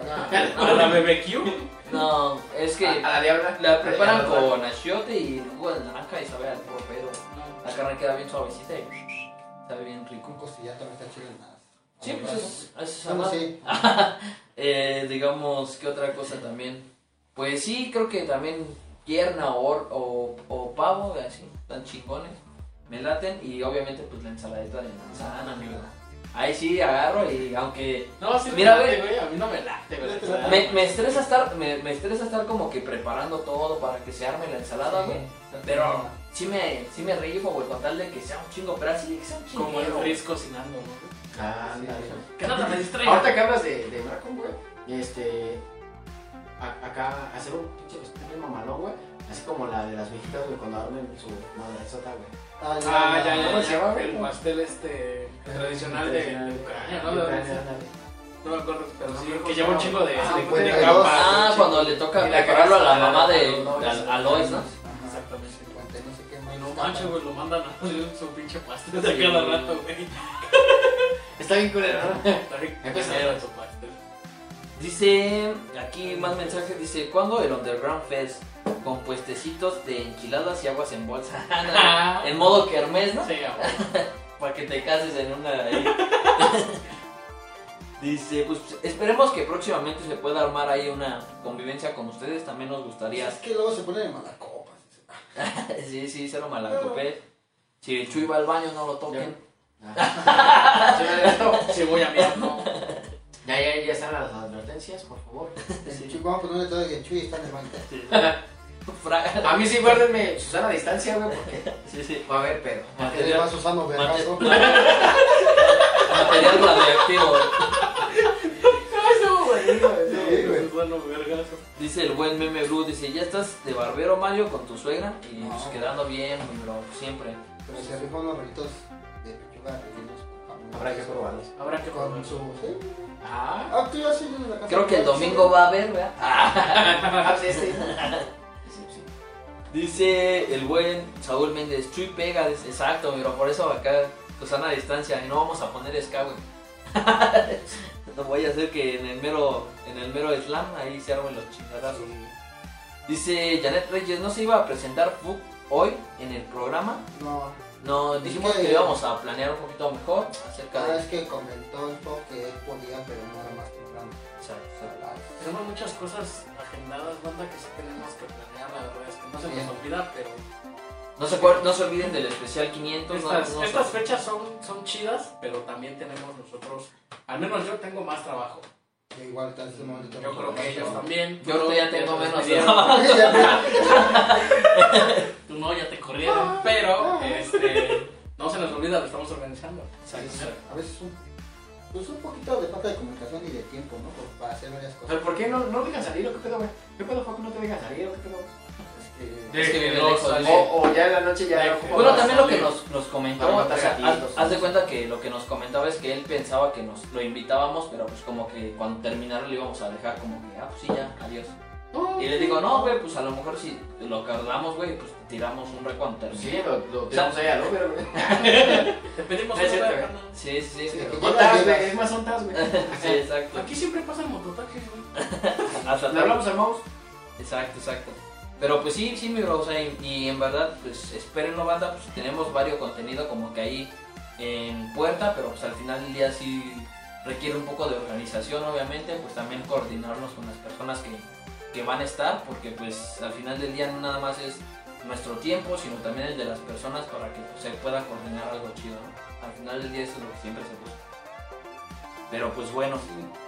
Speaker 3: para...?
Speaker 2: sé. ¿A la BBQ?
Speaker 1: No, es que...
Speaker 4: A, a la diabla.
Speaker 1: La
Speaker 4: A
Speaker 1: preparan
Speaker 4: la diabla.
Speaker 1: con achiote y jugo de naranja y sabe al puro pedo. La carne queda bien suavecita y sabe bien rico.
Speaker 3: Con costilla también está chido en las...
Speaker 1: Sí, pues es, es
Speaker 3: Bueno,
Speaker 1: salado.
Speaker 3: sí.
Speaker 1: Eh, digamos, ¿qué otra cosa también? Pues sí, creo que también pierna o, or- o, o pavo, así, tan chingones. Me laten y obviamente pues la ensaladita de manzana, mi Ahí sí agarro y aunque
Speaker 2: No, sí,
Speaker 1: Mira,
Speaker 2: me late,
Speaker 1: güey.
Speaker 2: güey. A mí no me late, güey. la
Speaker 3: Me-
Speaker 2: ensalada,
Speaker 1: me,
Speaker 2: güey.
Speaker 1: me estresa estar me, me estresa estar como que preparando todo para que se arme la ensalada, güey. Pero sí me, sí me rifo, güey, con tal de que sea un chingo, pero así de que sea un chingo.
Speaker 2: Como el Frizz cocinando, güey.
Speaker 4: Ah,
Speaker 2: Sí,
Speaker 4: ándale.
Speaker 2: sí. Que no me distraiga.
Speaker 4: Ahorita que hablas de, de Malcolm, güey, este. a- acá, hacer un pinche restaurante mamalón, güey. Así como la de las viejitas, güey, cuando armen su madrazota, güey.
Speaker 2: Ah, ya, ya,
Speaker 4: ¿Cómo
Speaker 2: ya.
Speaker 4: se llama, güey?
Speaker 2: El pastel este tradicional de de Ucrania, ¿no?
Speaker 4: De
Speaker 2: De-
Speaker 4: Ucrania, ándale.
Speaker 2: No me acuerdo, pero
Speaker 4: No
Speaker 2: sí,
Speaker 4: me acuerdo
Speaker 2: que lleva un
Speaker 4: cómo se
Speaker 2: chingo de,
Speaker 4: llama.
Speaker 2: Ah, de-
Speaker 4: Ah,
Speaker 2: de
Speaker 3: pues,
Speaker 2: capas.
Speaker 1: Ah,
Speaker 2: de
Speaker 1: cuando le toca
Speaker 2: Y la
Speaker 1: prepararlo a la
Speaker 2: cabeza,
Speaker 1: mamá de
Speaker 2: no, no,
Speaker 1: a, a Lois, ¿no?
Speaker 2: Exactamente.
Speaker 3: Cuente, no sé qué
Speaker 2: chi-
Speaker 3: más.
Speaker 2: No manches, güey, lo mandan a hacer su pinche pastel de cada rato, güey.
Speaker 4: Está bien culero, ¿no?
Speaker 2: Está bien
Speaker 4: Empezó.
Speaker 2: culero Pues, su pastel.
Speaker 1: Dice, aquí más mensajes, dice, ¿cuándo el Underground Fest? Con puestecitos de enchiladas y aguas en bolsa. en modo kermés, ¿no?
Speaker 2: Sí, güey.
Speaker 1: Para que te cases en una ahí. Dice, pues esperemos que próximamente se pueda armar ahí una convivencia con ustedes, también nos gustaría.
Speaker 3: Pues Es que luego se ponen de mala copa.
Speaker 1: sí, sí, cero malacopés. Si el Chuy va al baño, no lo toquen.
Speaker 4: Ah.
Speaker 2: Sí, voy a mirar, no.
Speaker 4: Ya, ya, ya están las advertencias, por favor.
Speaker 3: El Chuy, vamos a ponerle todo el Chuy está en el banco.
Speaker 1: Fra-
Speaker 4: A mí sí, guárdenme Susana a distancia, güey, porque
Speaker 1: sí, sí.
Speaker 4: va a haber pedo.
Speaker 3: Que le va Susano Vergazo.
Speaker 1: Material radioactivo.
Speaker 3: Sí, güey.
Speaker 2: Bueno, vergazo.
Speaker 1: Dice el buen meme blue, dice, ya estás de barbero Mario con tu suegra y
Speaker 3: No.
Speaker 1: pues quedando bien, bro, siempre.
Speaker 3: Pero se rifan unos rollitos de pechuga rellenos con jamón.
Speaker 4: Habrá que probarlos.
Speaker 2: Habrá que
Speaker 3: Con
Speaker 2: comer
Speaker 3: su. sí.
Speaker 4: Ah,
Speaker 3: Ah, tú ya sí, en la casa.
Speaker 1: Creo que el domingo va a haber, ¿verdad?
Speaker 4: ah, sí, sí. Sí, sí.
Speaker 1: Dice el buen Saúl Méndez, Chuy pega, dice, exacto, pero por eso acá, Susana a distancia, y no vamos a poner ska, güey. no voy a hacer que en el mero, en el mero slam ahí se armen los chingadazos. Dice Janet Reyes, ¿no se iba a presentar Fuck hoy en el programa?
Speaker 3: No.
Speaker 1: No, dijimos
Speaker 3: que- Ah.
Speaker 1: que íbamos a planear un poquito mejor acerca
Speaker 3: Cada
Speaker 1: de...
Speaker 3: vez que comentó el poco que él podía, pero no era más temprano. O sea, las-
Speaker 2: Tenemos muchas cosas agendadas, banda, que sí tenemos que planear, la verdad es que no se nos olvida, pero
Speaker 1: No se, acuer- no se olviden del especial 500. no-
Speaker 2: estas,
Speaker 1: no se-
Speaker 2: estas fechas son, son chidas, pero también tenemos nosotros, al menos yo tengo más trabajo.
Speaker 3: que Igual está en ese momento.
Speaker 2: Yo creo que ellos también. pues,
Speaker 1: Yo creo que ya tengo
Speaker 2: Nos
Speaker 1: menos
Speaker 2: despidieron.
Speaker 1: trabajo.
Speaker 2: Tú no, ya te corrieron, pero este, no se nos olvida, lo estamos organizando.
Speaker 3: A veces un, pues un poquito de falta de comunicación y de tiempo, ¿no? Por- para hacer varias
Speaker 4: O
Speaker 3: cosas.
Speaker 4: sea, ¿por qué no, no dejan salir o qué pedo, güey? ¿Qué pedo fue que no te dejan salir o qué pedo?
Speaker 3: Este,
Speaker 1: Es que vive
Speaker 2: no
Speaker 1: lejos,
Speaker 2: sale.
Speaker 1: ¿no?
Speaker 4: O, o ya en la noche ya.
Speaker 2: Deje.
Speaker 4: ocupa
Speaker 1: Bueno,
Speaker 4: más.
Speaker 1: también lo que nos, nos comentaba,
Speaker 4: Para matar
Speaker 1: o sea,
Speaker 4: gatitos.
Speaker 1: haz, haz de cuenta que lo que nos comentaba es que él pensaba que nos lo invitábamos, pero pues como que cuando terminara le íbamos a dejar como que, ah, pues sí, ya, adiós.
Speaker 4: No,
Speaker 1: Y le digo, no, güey, pues a lo mejor si lo cargamos, güey, pues tiramos un re cuando termine.
Speaker 4: Pues Sí, lo, lo tenemos ahí al Uber, güey.
Speaker 2: Te pedimos
Speaker 4: No es
Speaker 2: una,
Speaker 4: cierto,
Speaker 2: carnal.
Speaker 1: Sí, sí, sí.
Speaker 3: Sí,
Speaker 1: pero-
Speaker 3: que-
Speaker 4: Ontas, güey. Es más ontas, güey.
Speaker 1: Sí, exacto.
Speaker 2: Aquí siempre pasa el mototaxi, güey.
Speaker 1: Hasta
Speaker 4: Le hablamos al mouse.
Speaker 1: Exacto, exacto. Pero pues sí, sí, mi bro, o sea, y, y en verdad, pues espérenlo, banda, pues tenemos varios contenido como que ahí en puerta, pero pues al final del día sí requiere un poco de organización, obviamente, pues también coordinarnos con las personas que, que van a estar, porque pues al final del día no nada más es nuestro tiempo, sino también el de las personas para que pues, se pueda coordinar algo chido, ¿no? Al final del día eso es lo que siempre se busca. Pero pues bueno,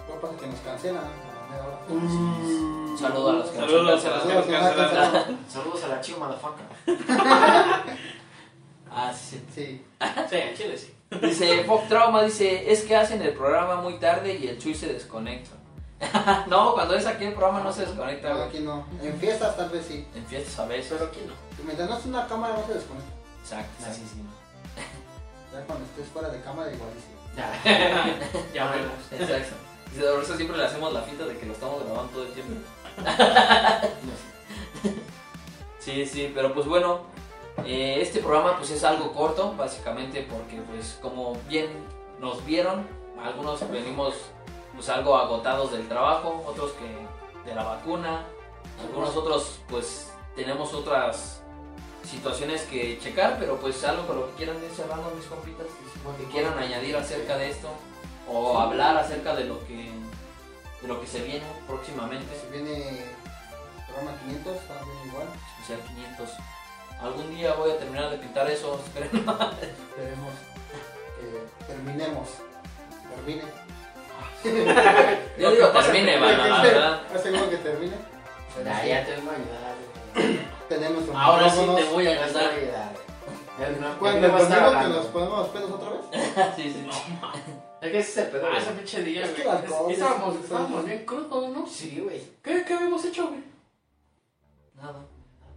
Speaker 3: no pasa que nos cancelan. a la mera hora.
Speaker 4: Mm.
Speaker 1: un saludo a los que nos
Speaker 2: Saludos a
Speaker 1: alcanzaron.
Speaker 2: los
Speaker 3: Saludos,
Speaker 2: que nos
Speaker 3: que nos han
Speaker 2: cancelaron.
Speaker 3: cancelado.
Speaker 4: Mm, Saludos a la chiva motherfucker.
Speaker 1: Ah, sí, sí.
Speaker 3: pues, Sí.
Speaker 2: Sí, en Chile sí.
Speaker 1: Dice Pop Trauma, dice, es que hacen el programa muy tarde y el Chuy se desconecta. no, cuando es aquí el programa no se desconecta,
Speaker 3: No,
Speaker 1: güey.
Speaker 3: aquí no. En fiestas tal vez sí.
Speaker 1: En fiestas a veces.
Speaker 2: Pero aquí no.
Speaker 3: Y Mientras no es una cámara no se desconecta.
Speaker 1: Exacto. exacto.
Speaker 4: Así, sí.
Speaker 3: Ya cuando estés fuera de cámara igual y sí.
Speaker 4: Ya.
Speaker 2: Ya vemos.
Speaker 1: Exacto. Dice, por eso siempre le hacemos la fita de que lo estamos grabando todo el tiempo. Sí, sí, pero pues bueno, eh, este programa pues es algo corto, básicamente porque pues como bien nos vieron, algunos venimos pues algo agotados del trabajo, otros que de la vacuna, algunos otros pues tenemos otras situaciones que checar, pero pues algo con lo que quieran ir cerrando mis compitas, que quieran añadir acerca de esto o hablar acerca de lo que de lo que se viene próximamente,
Speaker 3: Si viene programa 500, también igual.
Speaker 1: o sea, 500. Algún día voy a terminar de pintar eso, espero.
Speaker 3: Esperemos que terminemos. termine.
Speaker 1: Yo digo, termine,
Speaker 3: Aseguro
Speaker 1: mano, la verdad.
Speaker 3: Aseguro que termine.
Speaker 4: Ya, ya te voy a ayudar, güey.
Speaker 3: Tenemos un
Speaker 2: Ahora sí
Speaker 3: micrófonos.
Speaker 2: te voy a
Speaker 4: Ya te voy a
Speaker 2: gastar.
Speaker 4: ayudar, güey. Ya no- ya
Speaker 3: Cuando
Speaker 4: no vas a estar
Speaker 3: terminemos que
Speaker 4: hablando.
Speaker 3: nos ponemos los pedos otra vez.
Speaker 1: Sí, sí.
Speaker 4: Es que ese es el pedo,
Speaker 2: Ah,
Speaker 4: güey.
Speaker 2: ese pinche día,
Speaker 3: Es
Speaker 2: güey.
Speaker 3: que el alcohol,
Speaker 2: Estábamos,
Speaker 3: sí, sí.
Speaker 2: estábamos bien crudos, ¿no?
Speaker 4: Sí, güey.
Speaker 2: ¿Qué, qué habíamos hecho, güey?
Speaker 1: Nada.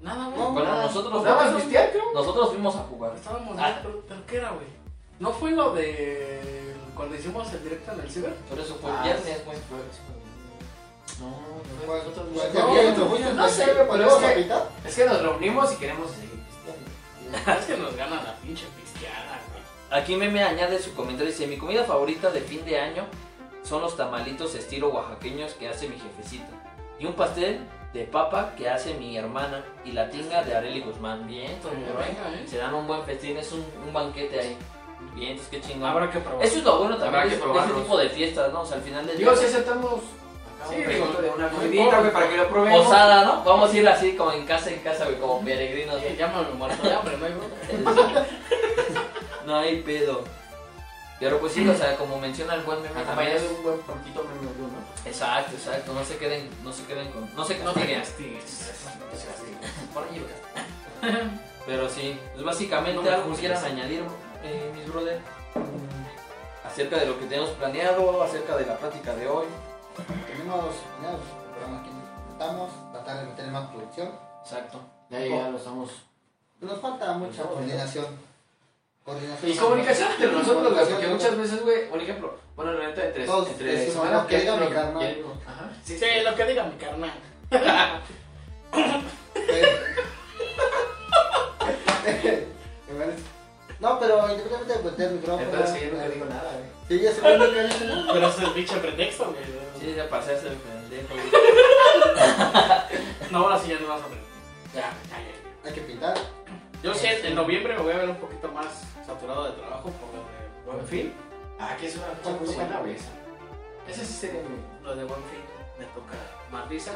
Speaker 2: Nada, güey.
Speaker 3: No,
Speaker 1: Bueno,
Speaker 3: nada.
Speaker 1: nosotros,
Speaker 4: Nada más pistear, creo.
Speaker 1: nosotros fuimos a jugar.
Speaker 2: Estábamos
Speaker 1: Ah.
Speaker 2: bien crudos. ¿Pero qué era, güey? ¿No fue lo de cuando hicimos el directo en el ciber?
Speaker 1: Pero eso fue el
Speaker 4: Ah,
Speaker 1: viernes, güey.
Speaker 4: sí, fue- sí, fue- No, no fue
Speaker 3: Pues,
Speaker 4: nosotros,
Speaker 3: pues,
Speaker 4: no.
Speaker 3: bien,
Speaker 4: No,
Speaker 3: entonces,
Speaker 4: no sé,
Speaker 3: ¿le
Speaker 4: güey, pero es
Speaker 3: ponemos a
Speaker 4: que,
Speaker 3: pitar?
Speaker 4: es que nos reunimos y queremos seguir pisteando.
Speaker 2: es que nos gana la pinche pisteada, güey.
Speaker 1: Aquí Meme añade su comentario dice, mi comida favorita de fin de año son los tamalitos estilo oaxaqueños que hace mi jefecita. Y un pastel de papa que hace mi hermana y la tinga de Areli Guzmán. Bien, Toño, ¿eh?
Speaker 2: Venga, ¿eh?
Speaker 1: Se dan un buen festín, es un, un banquete ahí. Bien, entonces qué chingón.
Speaker 2: Habrá que probar.
Speaker 1: Eso es lo bueno
Speaker 4: Habrá
Speaker 1: también
Speaker 4: que
Speaker 1: de de ese
Speaker 4: probarlos.
Speaker 1: tipo de fiestas, ¿no? O sea, al final del
Speaker 4: Digo,
Speaker 1: día...
Speaker 4: si aceptamos acá
Speaker 2: Sí,
Speaker 4: un
Speaker 2: digo,
Speaker 4: pedacito de una
Speaker 2: no
Speaker 4: comidita,
Speaker 2: importa.
Speaker 4: güey, para que lo probemos.
Speaker 1: pues, Posada, ¿no? Vamos a ir así como en casa, en casa, güey, como peregrinos.
Speaker 2: Eh, Llámame muerto de hambre, no hay bronca.
Speaker 1: No hay pedo. Pero pues sí, o sea, como menciona el buen meme también.
Speaker 4: Acompañado de un buen poquito menos de uno.
Speaker 1: Exacto, exacto. No se queden, no se queden con. No se
Speaker 2: No te
Speaker 1: castiguen.
Speaker 2: castigues.
Speaker 4: Pues, así, por ahí, güey.
Speaker 1: pero sí. Pues básicamente
Speaker 2: No me
Speaker 1: algo
Speaker 2: juzgues.
Speaker 1: quieran añadir, eh, mis brother. mm, Acerca de lo que tenemos planeado, acerca de la plática de hoy.
Speaker 3: Tenemos, tenemos el programa que estamos, la tarde no tenemos producción.
Speaker 1: Exacto.
Speaker 4: Ya, ya, ya lo estamos.
Speaker 3: Nos falta mucha
Speaker 4: Estamos
Speaker 3: coordinación. Coordinación.
Speaker 4: Pues, Y comunicación entre nosotros, güey, porque
Speaker 3: Comunicación.
Speaker 4: muchas veces, güey, por ejemplo, bueno, la neta, entre,
Speaker 3: Todos
Speaker 4: entre
Speaker 3: decimos,
Speaker 4: semana,
Speaker 3: "No, que
Speaker 4: ya-
Speaker 3: diga mi
Speaker 4: ya-
Speaker 3: carnal".
Speaker 4: ya- Ajá.
Speaker 2: Sí, sí, lo que diga mi carnal.
Speaker 3: No, pero independientemente de voltear el micrófono.
Speaker 4: Entonces, que yo nunca digo nada, güey.
Speaker 3: Sí, ya se ve lo que dice, ¿no?
Speaker 2: Pero ese es el pinche pretexto, güey.
Speaker 1: Sí, ya pasé a ser pendejo. güey.
Speaker 2: No, ahora sí ya no vas a aprender. Ya, ya, ya.
Speaker 3: Hay que pintar.
Speaker 2: Yo sí, en noviembre me voy a ver un poquito más saturado de trabajo por lo de Buen Fin.
Speaker 4: Ah, que es una fecha muy buena, güey. esa. Esa sí sería muy.
Speaker 2: Lo de Buen Fin me toca más risa,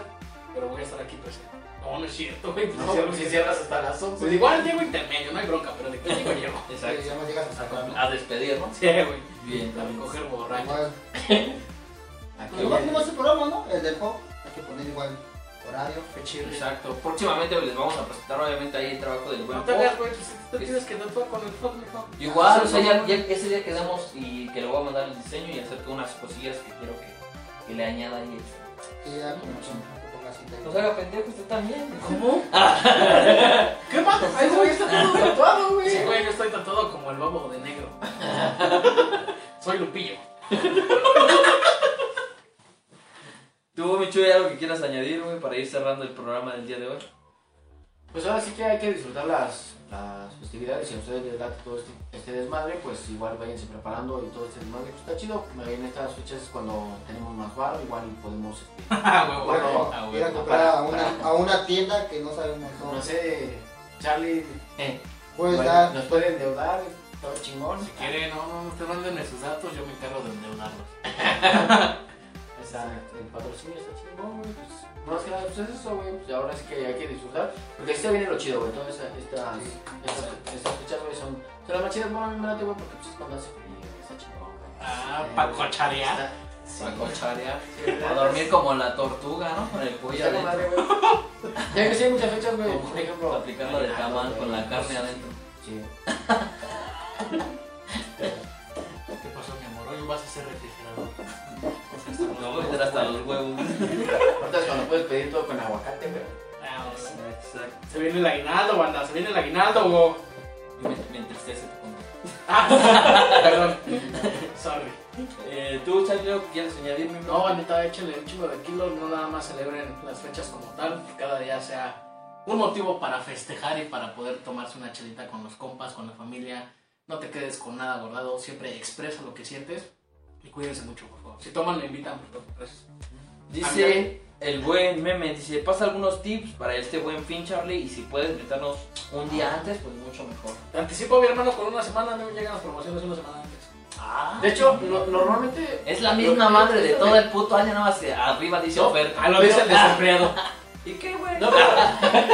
Speaker 2: pero voy a estar aquí presente. No, no es cierto, güey.
Speaker 4: No, porque si cierras hasta las 11.
Speaker 2: Pues igual llego intermedio, no hay bronca, pero de qué llego llego.
Speaker 3: que ya no llegas a
Speaker 4: Ah,
Speaker 3: sacar. ¿no?
Speaker 1: A despedir, ¿no?
Speaker 2: Sí, güey.
Speaker 1: Bien,
Speaker 2: A
Speaker 1: también.
Speaker 2: recoger borracho.
Speaker 3: Igual.
Speaker 4: Aquí
Speaker 3: Pero igual como ese programa, ¿no? El del pop. Hay que poner igual horario.
Speaker 2: Qué chido.
Speaker 1: Exacto. Próximamente les vamos a presentar, obviamente, ahí el trabajo del buen
Speaker 2: No te
Speaker 1: Pop.
Speaker 2: hagas, güey. pues, Tú tienes que dar todo con el fuck, mijo.
Speaker 1: Igual, o sea, ya, ya ese día quedamos y que le voy a mandar el diseño y hacer unas cosillas que quiero que, que le añada ahí.
Speaker 3: Que ya como que te pongas cinta ahí.
Speaker 1: Nos haga pendejo usted también.
Speaker 2: ¿Cómo?
Speaker 4: ¿Qué pasa? Ahí güey está todo tatuado, güey.
Speaker 2: Sí, güey, yo estoy tatuado como el babo de negro. Soy Lupillo.
Speaker 1: Tú, Michu, ¿hay algo que quieras añadir, güey, para ir cerrando el programa del día de hoy?
Speaker 4: Pues ahora sí que hay que disfrutar las, las festividades. Si a ustedes les da todo este, este desmadre, pues igual váyanse preparando y todo este desmadre. Pues está chido. En estas fechas es cuando tenemos más varo, igual y podemos, este,
Speaker 2: Ah, güey,
Speaker 3: Igual
Speaker 4: Bueno,
Speaker 3: como
Speaker 2: ah, güey.
Speaker 3: ir a comprar a una, a una tienda que no sabemos
Speaker 4: no
Speaker 3: dónde.
Speaker 4: sé, Charlie, eh,
Speaker 3: Puedes
Speaker 4: igual
Speaker 3: dar.
Speaker 4: nos puede endeudar, todo chingón.
Speaker 2: Si quiere, no, no, no te manden sus datos, yo me encargo de endeudarlos.
Speaker 4: Está, el patrocinio está chingón, güey. Pues, más que nada, pues es eso, güey. Pues ahora sí que hay que disfrutar. Porque este viene lo chido, güey. Todas esta, estas,
Speaker 3: Sí.
Speaker 4: estas, estas fechas, güey, son, son las más chidas. Bueno, a mí me late, güey, porque pues, es cuando hace frío, güey, está chingón, güey.
Speaker 2: Ah,
Speaker 4: Sí,
Speaker 2: pa'
Speaker 4: güey.
Speaker 2: cocharear.
Speaker 4: Está- Sí,
Speaker 1: Para cocharear.
Speaker 4: sí,
Speaker 1: A
Speaker 4: ¿verdad?
Speaker 1: dormir como la tortuga, ¿no? Con el
Speaker 4: Está
Speaker 1: pollo
Speaker 4: con
Speaker 1: adentro.
Speaker 4: madre, güey. Ya que sí hay muchas fechas, güey. Por ejemplo,
Speaker 1: Aplicar la de
Speaker 4: marinado,
Speaker 1: jamán
Speaker 4: güey,
Speaker 1: con la
Speaker 4: pues,
Speaker 1: carne adentro.
Speaker 4: Sí.
Speaker 2: ¿Qué pasó, mi amor? Hoy vas a ser refrigerador.
Speaker 1: No voy a meter hasta los huevos.
Speaker 4: Ahorita es cuando puedes pedir todo con aguacate, güey.
Speaker 2: Ah, güey.
Speaker 1: Exacto.
Speaker 2: Se viene el aguinaldo, banda, se viene el aguinaldo, güey.
Speaker 1: Y Me, me entristece tu punto.
Speaker 2: Ah, perdón. Sorry.
Speaker 1: Eh, ¿Tú, Charlie, algo que quieras añadir, mi
Speaker 2: No, neta, échenle un chingo de kilos, no nada más celebren las fechas como tal, que cada día sea un motivo para festejar y para poder tomarse una chelita con los compas, con la familia. No te quedes con nada guardado, siempre expresa lo que sientes y cuídense mucho, por favor. Si toman, me invitan, por favor. Gracias. Ah,
Speaker 1: Dice el buen meme, dice, pasa algunos tips para este buen fin, Charlie, y si puedes invitarnos un día antes, pues mucho mejor.
Speaker 2: Te anticipo, mi hermano, con una semana no llegan las promociones una semana antes.
Speaker 1: Ah,
Speaker 4: De hecho, no- normalmente
Speaker 1: es la misma madre de todo el puto año, nada más que arriba dice oferta.
Speaker 2: a lo dice el desempleado.
Speaker 1: ¿Y qué, güey?
Speaker 4: No, pero,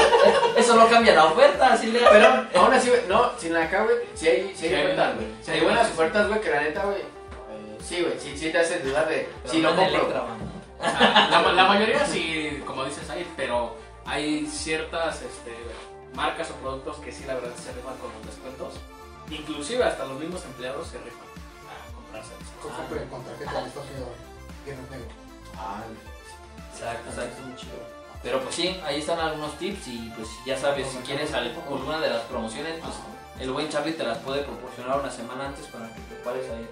Speaker 1: Eso no cambia la oferta, así le...
Speaker 4: pero aún así, güey, no, sin la acá, güey, si hay, si hay
Speaker 2: Sí hay
Speaker 4: ofertas,
Speaker 2: una,
Speaker 4: güey.
Speaker 2: güey.
Speaker 4: Si hay buenas ofertas, güey, que la neta, güey, eh, Sí, güey, sí, sí te hace dudar de. Si lo
Speaker 1: no
Speaker 4: compro.
Speaker 2: La, ma- la mayoría sí, como dices ahí, pero hay ciertas este, marcas o productos que sí, la verdad, se rifan con los descuentos. Inclusive hasta los mismos empleados se rifan a comprarse. los
Speaker 3: Yo
Speaker 2: cosas.
Speaker 3: compré con tarjeta de Estados Unidos. Que no tengo.
Speaker 4: Ah,
Speaker 1: Exacto, exacto, es muy chido. Pero pues sí, ahí están algunos tips y pues ya sabes, si quieres salir con una de las promociones, pues el buen Charlie te las puede proporcionar una semana antes para que te pares ahí.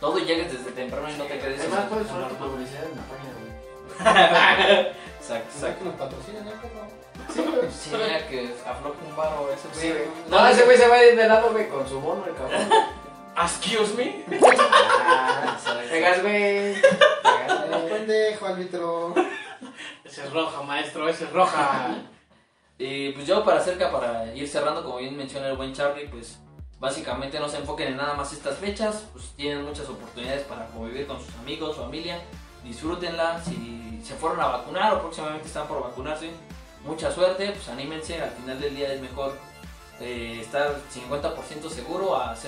Speaker 1: Todo y llegues desde temprano y no te quedes.
Speaker 4: Además, puedes
Speaker 1: en-
Speaker 4: poner tu publicidad en la página, güey.
Speaker 1: Exacto,
Speaker 3: O sea,
Speaker 1: exacto.
Speaker 3: que nos patrocinan, ¿eh? Por favor.
Speaker 1: Sí, mira que afloja un baro ese
Speaker 4: Sí,
Speaker 1: güey.
Speaker 4: güey. No, ese güey se va a ir de lado, güey, con su bono, el cabrón.
Speaker 2: Excuse me.
Speaker 4: Ah,
Speaker 1: Exacto.
Speaker 4: Pegas, güey. Pegas,
Speaker 3: Los
Speaker 4: güey.
Speaker 3: eh, pendejo, árbitro.
Speaker 2: Ese es roja, maestro, ese es roja.
Speaker 1: Y pues yo para cerca, para ir cerrando, como bien menciona el buen Charlie, pues básicamente no se enfoquen en nada más estas fechas, pues tienen muchas oportunidades para convivir con sus amigos, familia, disfrútenla, si se fueron a vacunar o próximamente están por vacunarse, mucha suerte, pues anímense, al final del día es mejor eh, estar 50% seguro a 0%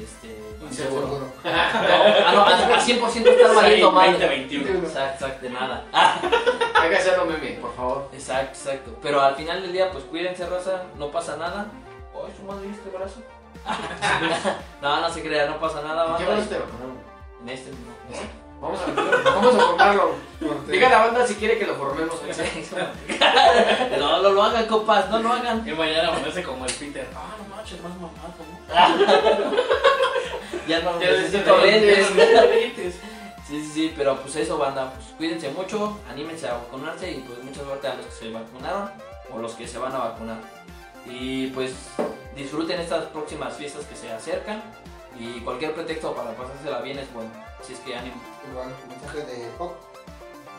Speaker 1: este,
Speaker 2: Inseguro.
Speaker 1: inseguro. Ah, no, a, a 100% estar malito, mal.
Speaker 2: 2021.
Speaker 1: Exacto, exacto, de nada.
Speaker 4: Hay que hacerlo meme, por favor.
Speaker 1: Exacto, exacto. Pero al final del día, pues cuídense, raza, no pasa nada. Ay, su madre, este brazo. no, no se crea, no pasa nada,
Speaker 4: ¿Qué
Speaker 1: banda.
Speaker 4: vas te vacunaron?
Speaker 1: En este mismo.
Speaker 4: Vamos a, vamos a formarlo.
Speaker 3: Corte.
Speaker 4: Diga la banda si quiere que lo formemos. güey.
Speaker 1: no, no lo hagan, copas, no lo hagan.
Speaker 2: Y mañana ponerse como el Peter. Ah, no manches, más mamado, ¿no?
Speaker 1: Ya no
Speaker 2: Ya
Speaker 1: necesito lentes.
Speaker 2: lentes.
Speaker 1: Sí, sí, sí, pero pues eso, banda. Pues cuídense mucho, anímense a vacunarse y pues mucha suerte a los que se vacunaron o los que se van a vacunar. Y pues disfruten estas próximas fiestas que se acercan y cualquier pretexto para pasársela bien es bueno. Así es que ánimo.
Speaker 3: Igual, mensaje de Pop.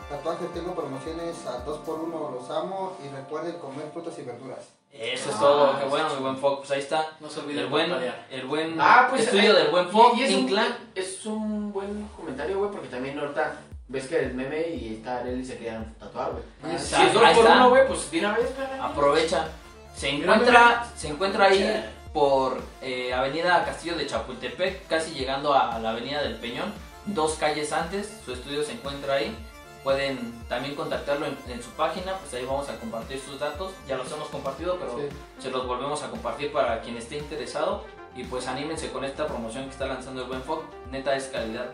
Speaker 3: Tatuajes tengo promociones a 2x1, los amo y recuerden comer frutas y verduras.
Speaker 1: Eso es
Speaker 4: Ah,
Speaker 1: todo, qué
Speaker 4: sí.
Speaker 1: bueno, mi buen Fox. Pues ahí está.
Speaker 2: No se olviden
Speaker 1: El buen,
Speaker 2: parpadear.
Speaker 1: el buen
Speaker 4: Ah, pues,
Speaker 1: estudio
Speaker 4: eh,
Speaker 1: del buen Fox.
Speaker 4: Y, y es, un,
Speaker 1: Inclán.
Speaker 4: es un buen comentario, güey, porque también ahorita ves que el meme y esta Arely se quedan tatuar, güey.
Speaker 1: Ahí
Speaker 4: Si
Speaker 1: está,
Speaker 4: es dos
Speaker 1: ahí
Speaker 4: por
Speaker 1: está.
Speaker 4: uno, güey, pues de una vez, güey.
Speaker 1: Aprovecha. Se encuentra, se encuentra ahí por eh, Avenida Castillo de Chapultepec, casi llegando a, a la Avenida del Peñón, dos calles antes. Su estudio se encuentra ahí. Pueden también contactarlo en, en su página, pues ahí vamos a compartir sus datos. Ya los hemos compartido, pero
Speaker 3: Sí.
Speaker 1: se los volvemos a compartir para quien esté interesado y pues anímense con esta promoción que está lanzando el buen Fox, neta es calidad.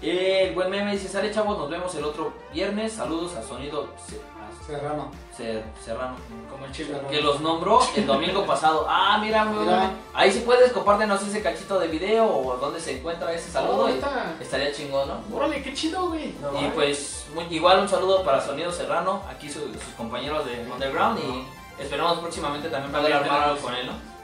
Speaker 1: Eh, El buen meme dice, sale chavos, nos vemos el otro viernes, saludos a Sonido Ce- a
Speaker 3: Serrano.
Speaker 1: Ce- Serrano,
Speaker 2: Como el
Speaker 3: Serrano.
Speaker 1: que los nombró el domingo pasado. Ah, mira, muy
Speaker 3: Mira.
Speaker 1: bueno. ahí si puedes compártenos ese cachito de video o donde se encuentra ese saludo, y
Speaker 2: está.
Speaker 1: estaría chingón, ¿no?
Speaker 2: Órale, qué chido, güey.
Speaker 4: No,
Speaker 1: Y
Speaker 4: mames.
Speaker 1: pues muy- igual un saludo para Sonido Serrano, aquí su- sus compañeros de Underground y esperamos próximamente también poder
Speaker 2: También
Speaker 1: armar algo
Speaker 2: tenemos-
Speaker 1: con él, ¿no?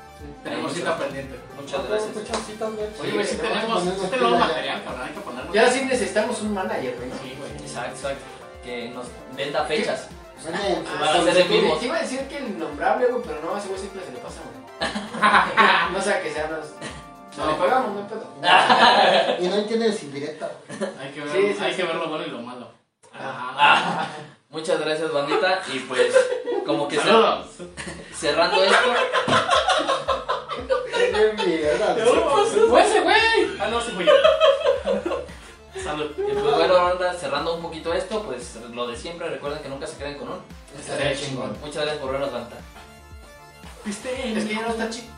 Speaker 2: Tenemos
Speaker 1: Muchas-
Speaker 2: cita pendiente.
Speaker 1: Muchas gracias.
Speaker 3: Muchas citas, güey.
Speaker 2: Oye, güey, sí
Speaker 3: Pero vamos a
Speaker 2: tenemos, sí
Speaker 3: ponernos
Speaker 2: tenemos
Speaker 3: pila ya.
Speaker 2: material, cabrón, hay que ponernos.
Speaker 4: Ya sí necesitamos un manager, güey.
Speaker 2: Sí, güey.
Speaker 1: Exacto, exacto. Que nos venda fechas.
Speaker 3: Manden sus-
Speaker 1: Para hacer en
Speaker 4: Te
Speaker 1: vivo.
Speaker 4: te iba a decir que el innombrable, güey, pero no, ese güey siempre se le pasa, güey. no sea que sea nos... No, le pagamos, no hay pedo.
Speaker 1: Ah.
Speaker 2: Ah.
Speaker 3: Y no entiendes indirecta.
Speaker 2: Hay que ver,
Speaker 4: Sí, sí,
Speaker 2: hay
Speaker 4: sí.
Speaker 2: que ver lo bueno y lo malo.
Speaker 1: Ah, muchas gracias, bandita. Y pues, como que cer-
Speaker 2: Saludos.
Speaker 1: cerrando esto.
Speaker 3: Qué mierda.
Speaker 2: ¡Fue ese güey! Ah, no, sí fui yo. Salud.
Speaker 1: Y pues bueno, banda, cerrando un poquito esto, pues lo de siempre, recuerden que nunca se queden con un.
Speaker 4: Estaría chingón.
Speaker 1: Muchas gracias por vernos, banda.
Speaker 2: ¿Viste?
Speaker 4: Es que ya no está chido.